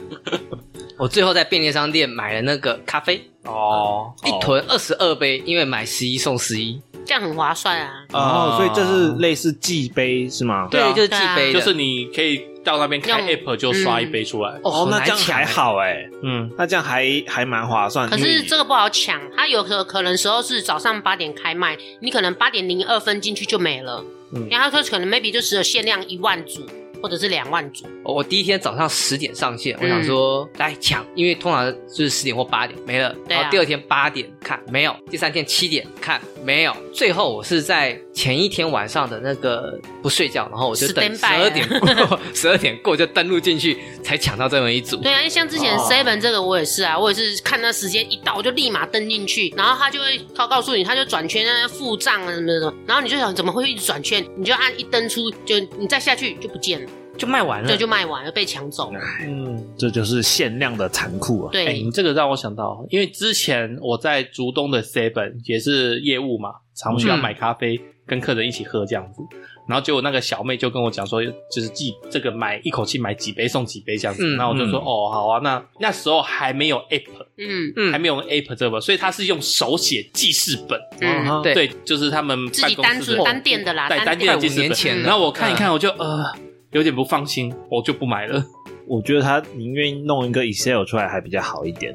Speaker 1: 我最后在便利商店买了那个咖啡，
Speaker 4: 哦，
Speaker 1: 一囤二十二杯，因为买十一送十一，
Speaker 3: 这样很划算啊。
Speaker 2: 哦，所以这是类似祭杯是吗？
Speaker 4: 对啊
Speaker 1: 就是寄杯的，
Speaker 4: 就是你可以到那边开
Speaker 3: 用
Speaker 4: app 就刷一
Speaker 2: 嗯
Speaker 4: 杯出来。
Speaker 1: 哦，
Speaker 2: 那这样
Speaker 1: 还
Speaker 2: 还，好哎、
Speaker 4: 嗯，
Speaker 2: 那这样还还蛮划算。
Speaker 3: 欸可
Speaker 2: 因为
Speaker 3: 是这个不好抢，它有可可能时候是早上八点开卖，你可能八点零二分进去就没了。
Speaker 4: 嗯
Speaker 3: 然后它可能 maybe 就只有限量一万组或者是两万组，
Speaker 1: 哦我第一天早上十点上线，我
Speaker 3: 嗯
Speaker 1: 想说来抢，因为通常就是十点或八点没了，
Speaker 3: 对啊
Speaker 1: 然后第二天八点看没有，第三天七点看没有，最后我是在前一天晚上的那个不睡觉，然后我就等十
Speaker 3: Standby 啊
Speaker 1: 二点过，十二点过就登录进去才抢到这么一组。
Speaker 3: 对啊，因为像之前
Speaker 2: 哦
Speaker 3: Seven 这个我也是啊，我也是看那时间一到我就立马登进去，然后他就会他告诉你，他就转圈啊、付账啊什么什么，然后你就想怎么会一直转圈，你就按一登出就你再下去就不见了。
Speaker 1: 就卖完了，
Speaker 3: 对，就卖完了，被抢走了。
Speaker 4: 嗯，
Speaker 2: 这就是限量的残酷啊！
Speaker 3: 对，
Speaker 4: 哎、你这个让我想到，因为之前我在竹东的 Seven 也是业务嘛，常需要
Speaker 1: 嗯
Speaker 4: 买咖啡跟客人一起喝这样子。然后结果那个小妹就跟我讲说，就是寄这个买一口气买几杯送几杯这样子。
Speaker 1: 嗯
Speaker 4: 然后我就说，
Speaker 2: 嗯
Speaker 4: 哦，好啊，那那时候还没有 App，
Speaker 3: 嗯
Speaker 1: 嗯，
Speaker 4: 还没有 App 这本，所以他是用手写记事本。
Speaker 3: 嗯，
Speaker 1: 对
Speaker 4: 对，就是他们
Speaker 3: 自
Speaker 4: 办
Speaker 3: 己
Speaker 4: 公室
Speaker 3: 单
Speaker 4: 的
Speaker 3: 纯单店的啦，
Speaker 4: 对单
Speaker 3: 店
Speaker 4: 店
Speaker 1: 快
Speaker 4: 的
Speaker 1: 五
Speaker 4: 记事
Speaker 1: 年
Speaker 4: 本。
Speaker 1: 前了。
Speaker 4: 然后我看一看，
Speaker 1: 嗯
Speaker 4: 我就呃有点不放心，我就不买了。
Speaker 2: 我觉得他宁愿弄一个 Excel 出来还比较好一点。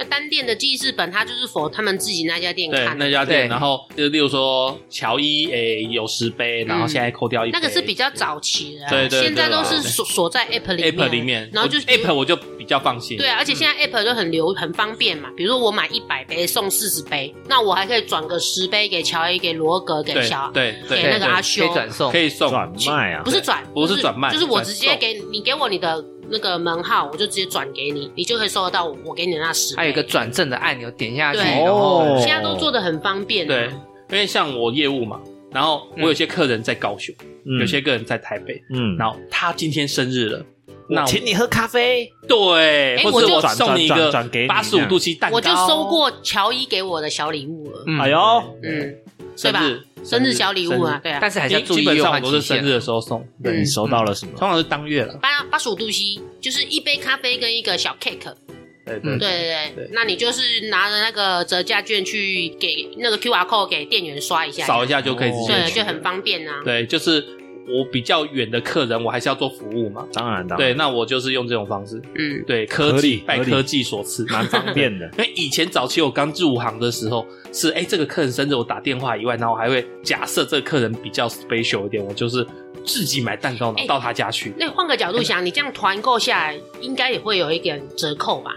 Speaker 3: 那单店的记事本，它就是否他们自己那家店
Speaker 4: 对
Speaker 3: 看的，
Speaker 4: 那家店，
Speaker 1: 对
Speaker 4: 然后就例如说乔伊诶有十杯，然后现在扣掉一杯，
Speaker 3: 嗯那个是比较早期的啊，
Speaker 4: 对对对
Speaker 3: 现在都是
Speaker 4: 对
Speaker 3: 锁锁在 App 里
Speaker 4: App
Speaker 3: 面，
Speaker 4: 里面，嗯
Speaker 3: 然后就
Speaker 4: 我 App 我就比较放心。
Speaker 3: 对啊，而且现在 App 就很流很方便嘛，比如说我买一百杯送四十杯，那我还可以转个十杯给乔伊、给罗格、给
Speaker 4: 对
Speaker 3: 小，啊
Speaker 4: 对
Speaker 3: 给
Speaker 4: 对
Speaker 3: 那个阿修
Speaker 1: 可以转送
Speaker 4: 可，以送，
Speaker 2: 转卖啊
Speaker 3: 不，是转，
Speaker 4: 不是
Speaker 3: 就
Speaker 4: 转卖
Speaker 3: 就是我
Speaker 4: 转
Speaker 3: 直接
Speaker 4: 送
Speaker 3: 给你给我你的那个门号，我就直接转给你，你就可以收得到我给你的那十杯。
Speaker 1: 还有一个转正的按钮，点下去，
Speaker 3: 对
Speaker 1: 然后
Speaker 2: 哦
Speaker 3: 现在都做的很方便、啊，
Speaker 4: 对，因为像我业务嘛，然后
Speaker 3: 嗯
Speaker 4: 我有些客人在高雄，
Speaker 2: 嗯
Speaker 4: 有些客人在台北，
Speaker 2: 嗯，
Speaker 4: 然后他今天生日了，那
Speaker 2: 我
Speaker 4: 我
Speaker 2: 请你喝咖啡，
Speaker 4: 对，
Speaker 3: 哎
Speaker 4: 或
Speaker 3: 我
Speaker 4: 者
Speaker 3: 就
Speaker 4: 我送你一个
Speaker 2: 转转转给你
Speaker 4: 八十五度 C 蛋糕，
Speaker 3: 我就收过乔伊给我的小礼物了。
Speaker 1: 嗯
Speaker 2: 哎呦，
Speaker 3: 嗯，对
Speaker 4: 生
Speaker 3: 吧
Speaker 4: 日
Speaker 3: 生日小礼物啊，，对啊，
Speaker 1: 但是
Speaker 2: 哎
Speaker 1: 还是要
Speaker 4: 生
Speaker 1: 注
Speaker 4: 基
Speaker 1: 意
Speaker 4: 本
Speaker 1: 优
Speaker 4: 上我
Speaker 1: 化
Speaker 4: 都
Speaker 1: 期
Speaker 4: 是生
Speaker 2: 啊
Speaker 1: 限
Speaker 4: 日。的时候送，
Speaker 2: 那你
Speaker 3: 嗯
Speaker 2: 收到了什么？
Speaker 4: 通常是当月
Speaker 2: 嗯
Speaker 4: 了。
Speaker 3: 八八十五度 C 就是一杯咖啡跟一个小 cake，
Speaker 4: 对
Speaker 1: 嗯
Speaker 3: 对
Speaker 4: 对
Speaker 3: 对对
Speaker 4: 对，
Speaker 3: 那你就是拿着那个折价券去给那个 QR code 给店员刷一下，
Speaker 4: 扫一下就可以直接
Speaker 3: 对，
Speaker 4: 去。
Speaker 3: 就很方便啊。
Speaker 4: 对，就是我比较远的客人，我还是要做服务嘛。
Speaker 2: 当然，当然，
Speaker 4: 对，那我就是用这种方式。
Speaker 3: 嗯，
Speaker 4: 对，科
Speaker 2: 合
Speaker 4: 技
Speaker 2: 理
Speaker 4: 拜
Speaker 2: 合理
Speaker 4: 科技所赐，蛮
Speaker 2: 方 便的。
Speaker 4: 因为以前早期我刚入行的时候，是哎、这个客人生日我打电话以外，然后还会假设这个客人比较 special 一点，我就是自己买蛋糕然后
Speaker 3: 哎
Speaker 4: 到他家去。
Speaker 3: 那换个角度想，你这样团购下来，应该也会有一点折扣吧？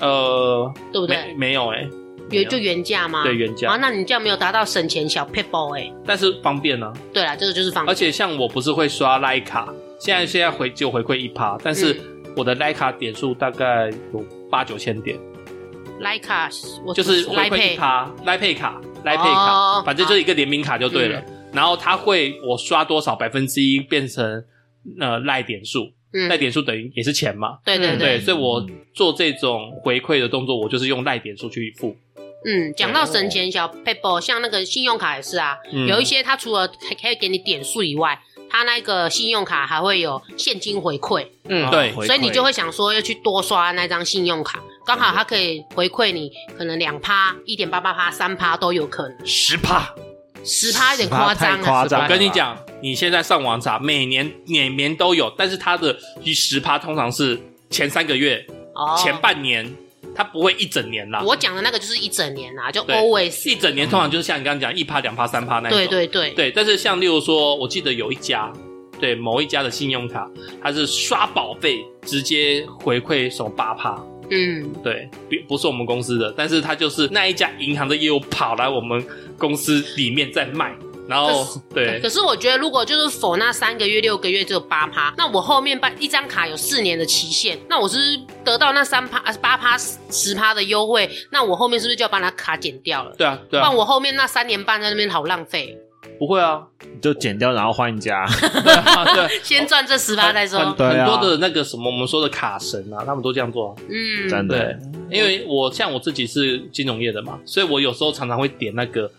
Speaker 4: 呃，
Speaker 3: 对不
Speaker 4: 没
Speaker 3: 对？
Speaker 4: 没有哎、没
Speaker 3: 原就原价吗？
Speaker 4: 对原价
Speaker 3: 啊，那你这样没有达到省钱小 p e b l e 哎，
Speaker 4: 但是方便啊。
Speaker 3: 对啦，这个就是方
Speaker 4: 而
Speaker 3: 便。
Speaker 4: 且像我不是会刷赖卡，现在现在回就回馈一趴，但是
Speaker 3: 嗯
Speaker 4: 我的赖卡点数大概有八九千点。
Speaker 3: Leica，我
Speaker 4: 就是回
Speaker 3: Lai
Speaker 4: 馈
Speaker 3: Pay
Speaker 4: 一趴，来配卡，来配卡
Speaker 3: 哦，嗯
Speaker 4: 反正就是一个联名卡就对了。然后它会我刷多少百分之一变成呃赖点数，
Speaker 3: 嗯
Speaker 4: 赖点数等于也是钱嘛。
Speaker 3: 对对
Speaker 1: 嗯
Speaker 4: 对，
Speaker 3: 对，
Speaker 4: 所以我做这种回馈的动作，我就是用赖点数去付。
Speaker 3: 嗯，讲到省钱小 p a p e 像那个信用卡也是啊，
Speaker 4: 嗯
Speaker 3: 有一些它除了可可以给你点数以外，它那个信用卡还会有现金回馈，
Speaker 1: 嗯，
Speaker 4: 对
Speaker 2: 啊回馈
Speaker 3: 所以你就会想说要去多刷那张信用卡，刚好它可以回馈你可能两趴、一点八八趴、三趴都有可能，
Speaker 4: 十趴，
Speaker 3: 十趴有点夸张
Speaker 2: 太
Speaker 3: 啊
Speaker 2: 夸。张了吧，
Speaker 4: 我跟你讲，你现在上网查，每年每年都有，但是它的十趴通常是前三个月、
Speaker 3: 哦
Speaker 4: 前半年，它不会一整年啦。
Speaker 3: 我讲的那个就是一整年啊，就
Speaker 4: 对
Speaker 3: always
Speaker 4: 一整年通常就是像你刚刚讲一趴、两趴、三趴那一种。
Speaker 3: 对对对，
Speaker 4: 对，但是像例如说，我记得有一家，对某一家的信用卡，它是刷保费直接回馈什么八趴，
Speaker 3: 嗯，
Speaker 4: 对，不不是我们公司的，但是它就是那一家银行的业务跑来我们公司里面在卖，然后对
Speaker 3: 可是我觉得，如果就是否那三个月、六个月只有八趴，那我后面办一张卡有四年的期限，那我是不是得到那三趴、啊八趴、十趴的优惠，那我后面是不是就要把那卡剪掉了？
Speaker 4: 对啊对
Speaker 3: 不
Speaker 4: 啊
Speaker 3: 然，我后面那三年半在那边好浪费，
Speaker 4: 不会啊，
Speaker 2: 就剪掉，然后换一 家。
Speaker 4: 对啊对啊。
Speaker 3: 先赚这十趴再
Speaker 4: 很
Speaker 3: 说。
Speaker 2: 对
Speaker 4: 很
Speaker 2: 啊
Speaker 4: 多的那个什么，我们说的卡神啊，他们都这样做啊。
Speaker 3: 嗯，
Speaker 2: 真的
Speaker 4: 对，因为我像我自己是金融业的嘛，所以我有时候常常会点那个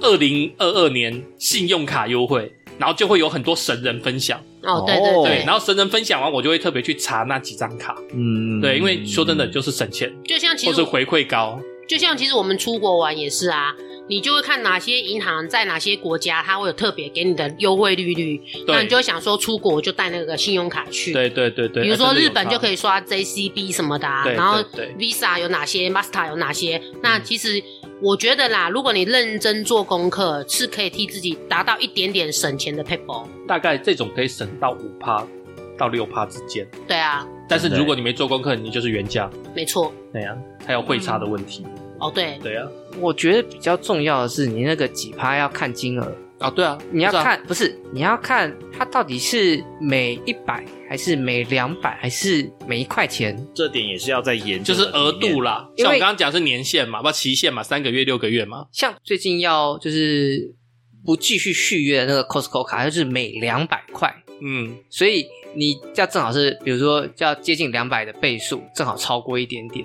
Speaker 4: 二零二二年信用卡优惠，然后就会有很多神人分享。
Speaker 3: 哦，对对
Speaker 2: 哦
Speaker 4: 对，
Speaker 3: 对，
Speaker 4: 然后神人分享完，我就会特别去查那几张卡。
Speaker 2: 嗯，
Speaker 4: 对，因为说真的，就是省钱
Speaker 3: 就像其
Speaker 4: 或
Speaker 3: 实
Speaker 4: 是回馈高。
Speaker 3: 就像其实我们出国玩也是啊，你就会看哪些银行在哪些国家，它会有特别给你的优惠利率，那
Speaker 4: 对
Speaker 3: 你就会想说出国我就带那个信用卡去。
Speaker 4: 对对对哎对，
Speaker 3: 比如说日本就可
Speaker 4: 以。
Speaker 3: 以刷 JCB 什么的、啊，
Speaker 4: 对
Speaker 3: 然后
Speaker 4: 对对嗯
Speaker 3: Visa 有哪些，Master 有哪些。那其实我觉得啦，如果你认真做功课，是可以替自己达到一点点省钱的 paper。
Speaker 4: 大概这种可以省到五趴到六趴之间，
Speaker 3: 对啊，
Speaker 4: 但是
Speaker 2: 对
Speaker 4: 如果你没做功课，你就是原价。
Speaker 3: 没错。
Speaker 4: 对呀、还有汇差的问题。
Speaker 3: 哦，对，
Speaker 4: 对呀、啊
Speaker 1: 我觉得比较重要的是，你那个几趴要看金额，
Speaker 4: 啊，对啊，
Speaker 1: 你要
Speaker 4: 不是啊
Speaker 1: 看不是，你要看它到底是每一百还是每两百还是每一块钱，
Speaker 2: 这点也是要在研
Speaker 4: 就
Speaker 2: 究
Speaker 4: 是
Speaker 2: 的
Speaker 4: 额
Speaker 2: 里
Speaker 4: 度
Speaker 2: 面
Speaker 4: 啦，
Speaker 1: 因为
Speaker 4: 像我刚刚讲是年限嘛，不期限嘛，三个月、六个月嘛。
Speaker 1: 像最近要就是不继续续约的那个 Costco 卡，它就是每两百块
Speaker 4: 嗯，
Speaker 1: 所以你要正好是，比如说要接近两百的倍数，正好超过一点点。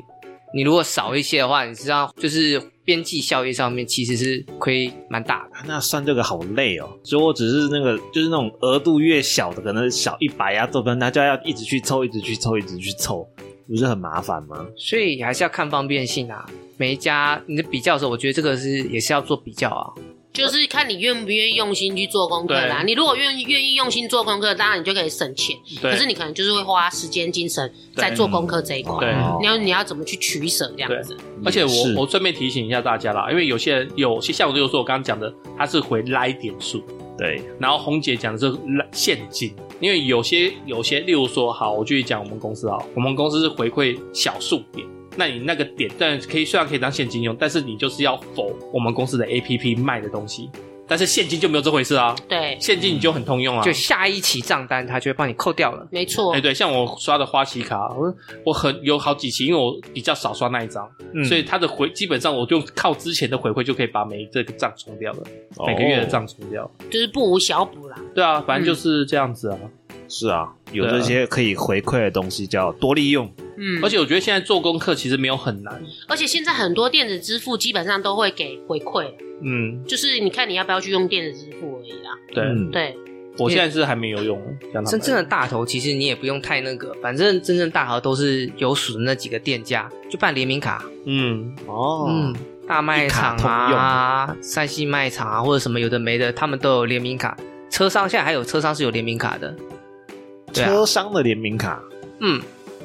Speaker 1: 你如果少一些的话，你知道就是边际效益上面其实是亏蛮大的。
Speaker 2: 啊那算这个好累哦，所以我只是那个就是那种额度越小的，可能小一百啊，这跟他就要一直去凑，一直去凑，一直去凑，不是很麻烦吗？
Speaker 1: 所以还是要看方便性啊。每一家你的比较的时候，我觉得这个是也是要做比较啊。
Speaker 3: 就是看你愿不愿意用心去做功课啦。
Speaker 4: 对
Speaker 3: 你如果愿愿意用心做功课，当然你就可以省钱。
Speaker 4: 对。嗯
Speaker 3: 可是你可能就是会花时间、精神在做功课这一块。
Speaker 4: 对
Speaker 2: 哦
Speaker 3: 你要你要怎么去取舍这样子？
Speaker 4: 而且
Speaker 2: 也是
Speaker 4: 我我顺便提醒一下大家啦，因为有些人有些像我就是我刚刚讲的，他是回来点数，
Speaker 2: 对
Speaker 4: 然后红姐讲的是拉现金，因为有些有些，例如说，好，我继续讲我们公司啊，我们公司是回馈小数点，那你那个点，但可以虽然可以当现金用，但是你就是要否我们公司的 APP 卖的东西，但是现金就没有这回事啊，
Speaker 3: 对，
Speaker 4: 现金你就很通用啊，
Speaker 1: 就下一期账单，它就会帮你扣掉了。
Speaker 3: 没错
Speaker 4: 哎、。对，像我刷的花旗卡，我我很有好几期，因为我比较少刷那一张，
Speaker 2: 嗯
Speaker 4: 所以它的回基本上我就靠之前的回馈就可以把每这个账冲掉了，每个月
Speaker 2: 哦
Speaker 4: 的账冲掉。
Speaker 3: 就是不无小补啦。
Speaker 4: 对啊，反正就是这样子啊。
Speaker 1: 嗯
Speaker 2: 是啊，有这些可以回馈的东西叫多利用。
Speaker 3: 嗯，
Speaker 4: 而且我觉得现在做功课其实没有很难，
Speaker 3: 而且现在很多电子支付基本上都会给回馈，
Speaker 4: 嗯，
Speaker 3: 就是你看你要不要去用电子支付而已啦。
Speaker 4: 对，
Speaker 2: 嗯
Speaker 3: 对，
Speaker 4: 我现在是还没有用，讲
Speaker 1: 真正
Speaker 4: 的
Speaker 1: 的大头其实你也不用太那个，反正真正大头都是有数的那几个店家，就办联名卡，
Speaker 4: 嗯，
Speaker 2: 哦
Speaker 1: 嗯，大卖场
Speaker 2: 一卡
Speaker 1: 啊、山西卖场啊，或者什么有的没的，他们都有联名卡。车商现在还有车商是有联名卡的，对啊
Speaker 2: 车商的联名卡，
Speaker 1: 嗯，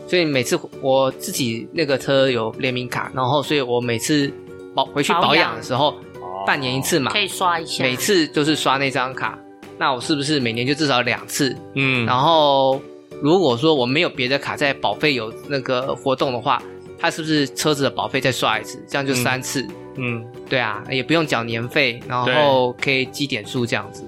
Speaker 1: 所以每次我自己那个车有联名卡，然后所以我每次保回去保
Speaker 3: 保
Speaker 1: 养
Speaker 3: 养
Speaker 1: 的时候，
Speaker 2: 哦
Speaker 1: 半年一次嘛
Speaker 3: 可，以刷一下。
Speaker 1: 每次就是刷那张卡。那我是不是每年就至少两次？
Speaker 4: 嗯，
Speaker 1: 然后如果说我没有别的卡在保费有那个活动的话，它是不是车子的保费再刷一次？这样就三次。
Speaker 4: 嗯，
Speaker 1: 对啊，也不用缴年费，然
Speaker 4: 对
Speaker 1: 后可以积点数这样子。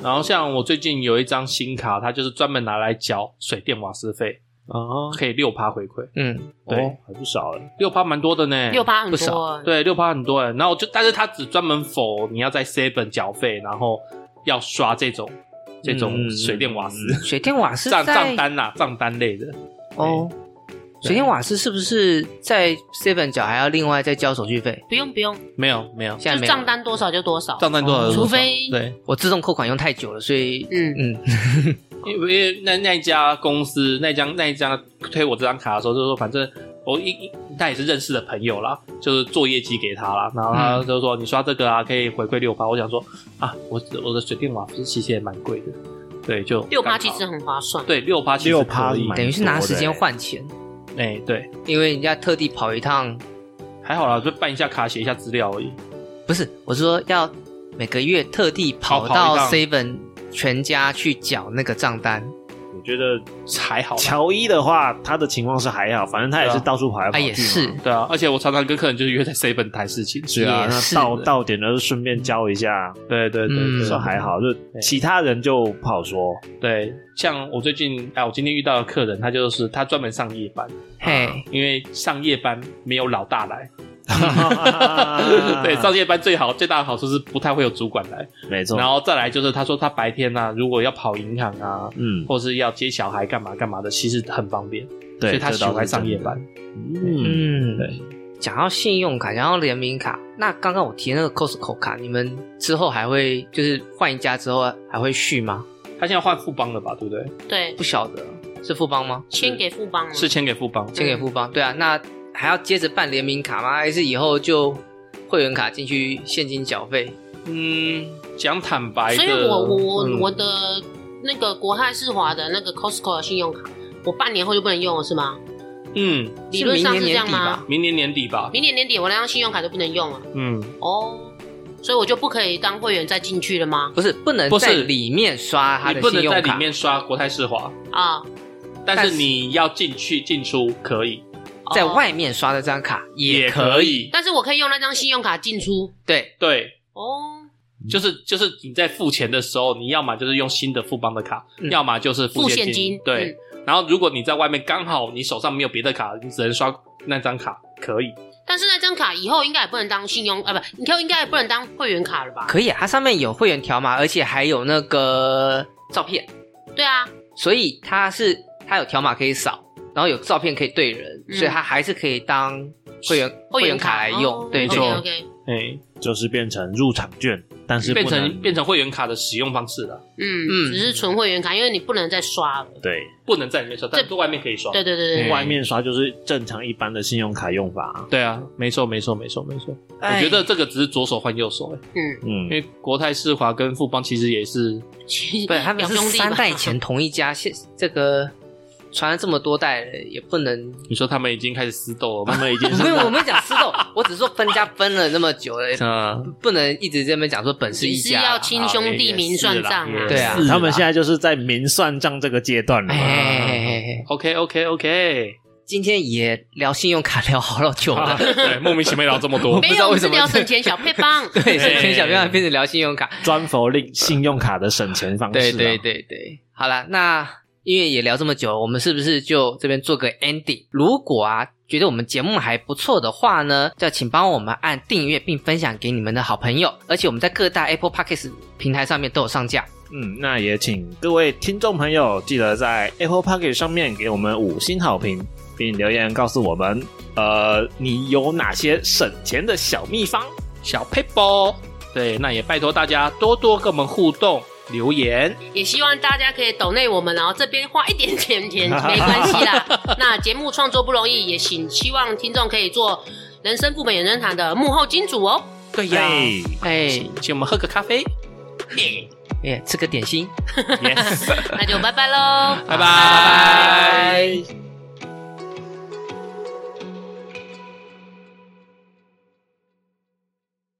Speaker 4: 然后像我最近有一张新卡，它就是专门拿来缴水电瓦斯费，
Speaker 2: 啊，
Speaker 4: 可以六趴回馈，
Speaker 1: 嗯，
Speaker 4: 对
Speaker 2: 哦，还不少哎。
Speaker 4: 六趴蛮多的呢，
Speaker 3: 六趴很
Speaker 1: 不少
Speaker 3: 多，，
Speaker 4: 对，六趴很多人，然后就，但是他只专门否你要在 seven 缴费，然后要刷这种这种
Speaker 2: 嗯
Speaker 4: 水电瓦斯
Speaker 1: 水电瓦斯
Speaker 4: 账
Speaker 1: 在
Speaker 4: 账单啦、账单类的，
Speaker 1: 哦，水电瓦斯是不是在 seven 缴还要另外再交手续费？
Speaker 3: 不用不用，
Speaker 4: 没有没有
Speaker 1: 现在
Speaker 3: 就
Speaker 1: 没有
Speaker 3: 账单多少就多少。
Speaker 4: 账单多少
Speaker 1: 哦
Speaker 4: 有多少？
Speaker 3: 除非
Speaker 4: 对，
Speaker 1: 我自动扣款用太久了，所以
Speaker 3: 嗯，
Speaker 1: 嗯，
Speaker 4: 因为因为那那一家公司那一家那一家推我这张卡的时候，就说反正我一一他也是认识的朋友啦，就是做业绩给他啦，然后
Speaker 2: 嗯
Speaker 4: 他就说、你刷这个啊，可以回馈六趴。我想说啊，我我的水电瓦斯其实也蛮贵的，对，就
Speaker 3: 六趴
Speaker 4: 刚好
Speaker 3: 其实很划算。
Speaker 4: 对六趴其实
Speaker 2: 6%
Speaker 4: 可以
Speaker 2: 蛮
Speaker 1: 等于是拿时间
Speaker 2: 蛮多的
Speaker 1: 换钱，
Speaker 4: 哎、对，
Speaker 1: 因为人家特地跑一趟，
Speaker 4: 还好啦，就办一下卡，写一下资料而已。
Speaker 1: 不是我是说要每个月特地跑
Speaker 4: 跑跑
Speaker 1: 到
Speaker 4: 一趟
Speaker 1: seven 全家去缴那个账单，
Speaker 2: 我觉得
Speaker 4: 还好啦，
Speaker 2: 乔伊的话，他的情况是还好，反正他也是
Speaker 4: 对啊
Speaker 2: 到处跑来
Speaker 1: 啊
Speaker 2: 跑去嘛。
Speaker 1: 也是，
Speaker 4: 对啊，而且我常常跟客人就是约在 seven 谈事情，
Speaker 2: 是啊，
Speaker 1: 也
Speaker 2: 那
Speaker 1: 是
Speaker 2: 到
Speaker 4: 的
Speaker 2: 到点了就顺便教一下，
Speaker 4: 对对对
Speaker 1: 嗯
Speaker 4: 对，
Speaker 2: 说还好，就其他人就不好说。
Speaker 4: 对，像我最近啊，我今天遇到的客人，他就是他专门上夜班，
Speaker 1: 嘿，
Speaker 4: 因为上夜班没有老大 来， 对，
Speaker 2: 啊对
Speaker 4: 上夜班最好最大的好处是不太会有主管来，
Speaker 2: 没错。
Speaker 4: 然后再来就是他说他白天呢、啊，如果要跑银行啊，
Speaker 2: 嗯，
Speaker 4: 或是要接小孩干嘛干嘛的，其实很方便，
Speaker 2: 对，
Speaker 4: 所以他
Speaker 2: 这
Speaker 4: 喜
Speaker 2: 倒
Speaker 4: 欢
Speaker 2: 是
Speaker 4: 上夜
Speaker 2: 真的
Speaker 4: 班。。
Speaker 2: 嗯，
Speaker 1: 嗯，
Speaker 4: 对。
Speaker 1: 讲到信用卡，讲到联名卡，那刚刚我提那个 Costco 卡，你们之后还会就是换一家之后还会续吗？
Speaker 4: 他现在换富邦了吧，对不对？
Speaker 3: 对，
Speaker 1: 不晓得是富邦吗？
Speaker 3: 先给富邦了
Speaker 4: 是签给富邦，
Speaker 1: 先给富
Speaker 4: 嗯
Speaker 1: 邦，对啊，那还要接着办联名卡吗？还是以后就会员卡进去现金缴费？
Speaker 4: 嗯，讲坦白的，
Speaker 3: 所以我我我、
Speaker 4: 嗯
Speaker 3: 我的那个国泰世华的那个 Costco 的信用卡，我半年后就不能用了，是吗？
Speaker 4: 嗯，
Speaker 3: 理论上
Speaker 1: 是
Speaker 3: 是
Speaker 1: 明年
Speaker 3: 这
Speaker 1: 年
Speaker 3: 样
Speaker 1: 底
Speaker 3: 吗
Speaker 1: 吧？？
Speaker 4: 明年年底吧，
Speaker 3: 明年年底我那张信用卡就不能用了
Speaker 4: 嗯，
Speaker 3: 哦，所以我就不可以当会员再进去了吗？
Speaker 1: 不是，不能
Speaker 4: 不是
Speaker 1: 在里面刷他
Speaker 4: 你
Speaker 1: 的
Speaker 4: 不
Speaker 1: 信
Speaker 4: 能
Speaker 1: 用
Speaker 4: 在
Speaker 1: 卡，
Speaker 4: 里面刷国泰世华，
Speaker 3: 啊，
Speaker 4: 但
Speaker 1: 但
Speaker 4: 是
Speaker 1: 是
Speaker 4: 你要进去进出可以，
Speaker 3: 哦
Speaker 1: 在，外面刷的这张卡也可以。
Speaker 4: 以。
Speaker 3: 但是我可以用那张信用卡进出
Speaker 1: 对，
Speaker 4: 对，
Speaker 3: 哦，
Speaker 4: 就是就是你在付钱的时候，你要么就是用新的富邦的卡，
Speaker 1: 嗯
Speaker 4: 要么就是
Speaker 3: 付
Speaker 4: 现
Speaker 3: 现金嗯
Speaker 4: 对，然后如果你在外面刚好你手上没有别的卡，你只能刷那张卡，可以。
Speaker 3: 但是那张卡以后应该也不能当信用啊，不，以后应该也不能当会员卡了吧？
Speaker 1: 可以啊，它上面有会员条码，而且还有那个照片。
Speaker 3: 对啊，
Speaker 1: 所以它是它有条码可以扫，然后有照片可以对人，
Speaker 3: 嗯
Speaker 1: 所以它还是可以当会员
Speaker 3: 会员
Speaker 1: 卡
Speaker 3: 卡
Speaker 1: 来用。
Speaker 3: 哦、
Speaker 1: 对，
Speaker 2: 没
Speaker 1: 就
Speaker 2: 错
Speaker 3: OK，
Speaker 4: 哎，
Speaker 2: 就是变成入场券，但是不
Speaker 4: 变
Speaker 2: 能
Speaker 4: 成变成会员卡的使用方式了，
Speaker 3: 嗯
Speaker 1: 嗯
Speaker 3: 只是纯会员卡，因为你不能再刷了。
Speaker 2: 对
Speaker 4: 不能在里面刷，但是外面可以刷。
Speaker 3: 对对对对，
Speaker 2: 外面刷就是正常一般的信用卡用法。
Speaker 4: 对啊，没错没错没错没错。我
Speaker 3: 哎
Speaker 4: 觉得这个只是左手换右手、哎，
Speaker 3: 嗯，
Speaker 2: 嗯
Speaker 4: 因，为国泰世华跟富邦其实也是
Speaker 3: 其实
Speaker 1: 不是他们
Speaker 3: 两
Speaker 1: 是
Speaker 3: 兄弟
Speaker 1: 三
Speaker 3: 吧
Speaker 1: 代前同一家，现这个传了这么多代了，也不能。
Speaker 4: 你说他们已经开始私斗了
Speaker 2: 他
Speaker 4: 吗？
Speaker 2: 们已经
Speaker 1: 我没
Speaker 2: 是
Speaker 1: 有，我没有讲私斗， 我只是说分家分了那么久了，也
Speaker 4: 嗯，
Speaker 1: 不能一直这边讲说本是一
Speaker 3: 只是
Speaker 1: 家啦。
Speaker 3: 要亲兄弟明算账
Speaker 4: 也是
Speaker 3: 啊
Speaker 4: 啦。
Speaker 1: 对啊
Speaker 4: 也是啦
Speaker 2: 他们现在就是在明算账这个阶段了
Speaker 1: 哎
Speaker 2: 嘛。
Speaker 1: 哎哎哎哎
Speaker 4: OK OK OK，
Speaker 1: 今天也聊信用卡聊好久了，
Speaker 3: 啊
Speaker 4: 对，莫名其妙聊这么多
Speaker 3: 没
Speaker 1: 知
Speaker 3: 有，
Speaker 1: 道
Speaker 3: 我
Speaker 1: 为
Speaker 3: 们是
Speaker 1: 什么
Speaker 3: 聊省钱小配方。
Speaker 1: 对，省钱小
Speaker 4: 哎
Speaker 1: 妙变成聊信用卡，
Speaker 2: 专佛令信用卡的省钱方式、啊。
Speaker 1: 对对对对，好了，那因为也聊这么久，我们是不是就这边做个 ending？如果啊觉得我们节目还不错的话呢，就请帮我们按订阅并分享给你们的好朋友，而且我们在各大 Apple Podcast 平台上面都有上架。
Speaker 2: 嗯，那也请各位听众朋友记得在 Apple p o c k e t 上面给我们五星好评，并留言告诉我们，呃，你有哪些省钱的小秘方？
Speaker 4: 小 paper。对，那也拜托大家多多跟我们互动留言。
Speaker 3: 也希望大家可以抖内我们，然后这边花一点点钱没关系啦。那节目创作不容易，也请希望听众可以做人生副本衍生堂的幕后金主哦。
Speaker 4: 对呀，
Speaker 2: 耶！
Speaker 1: 哎，
Speaker 4: 请我们喝个咖啡，
Speaker 1: 哎，吃个点心。
Speaker 4: Yes
Speaker 3: 那就拜拜喽，
Speaker 4: 拜
Speaker 1: 拜
Speaker 4: 拜。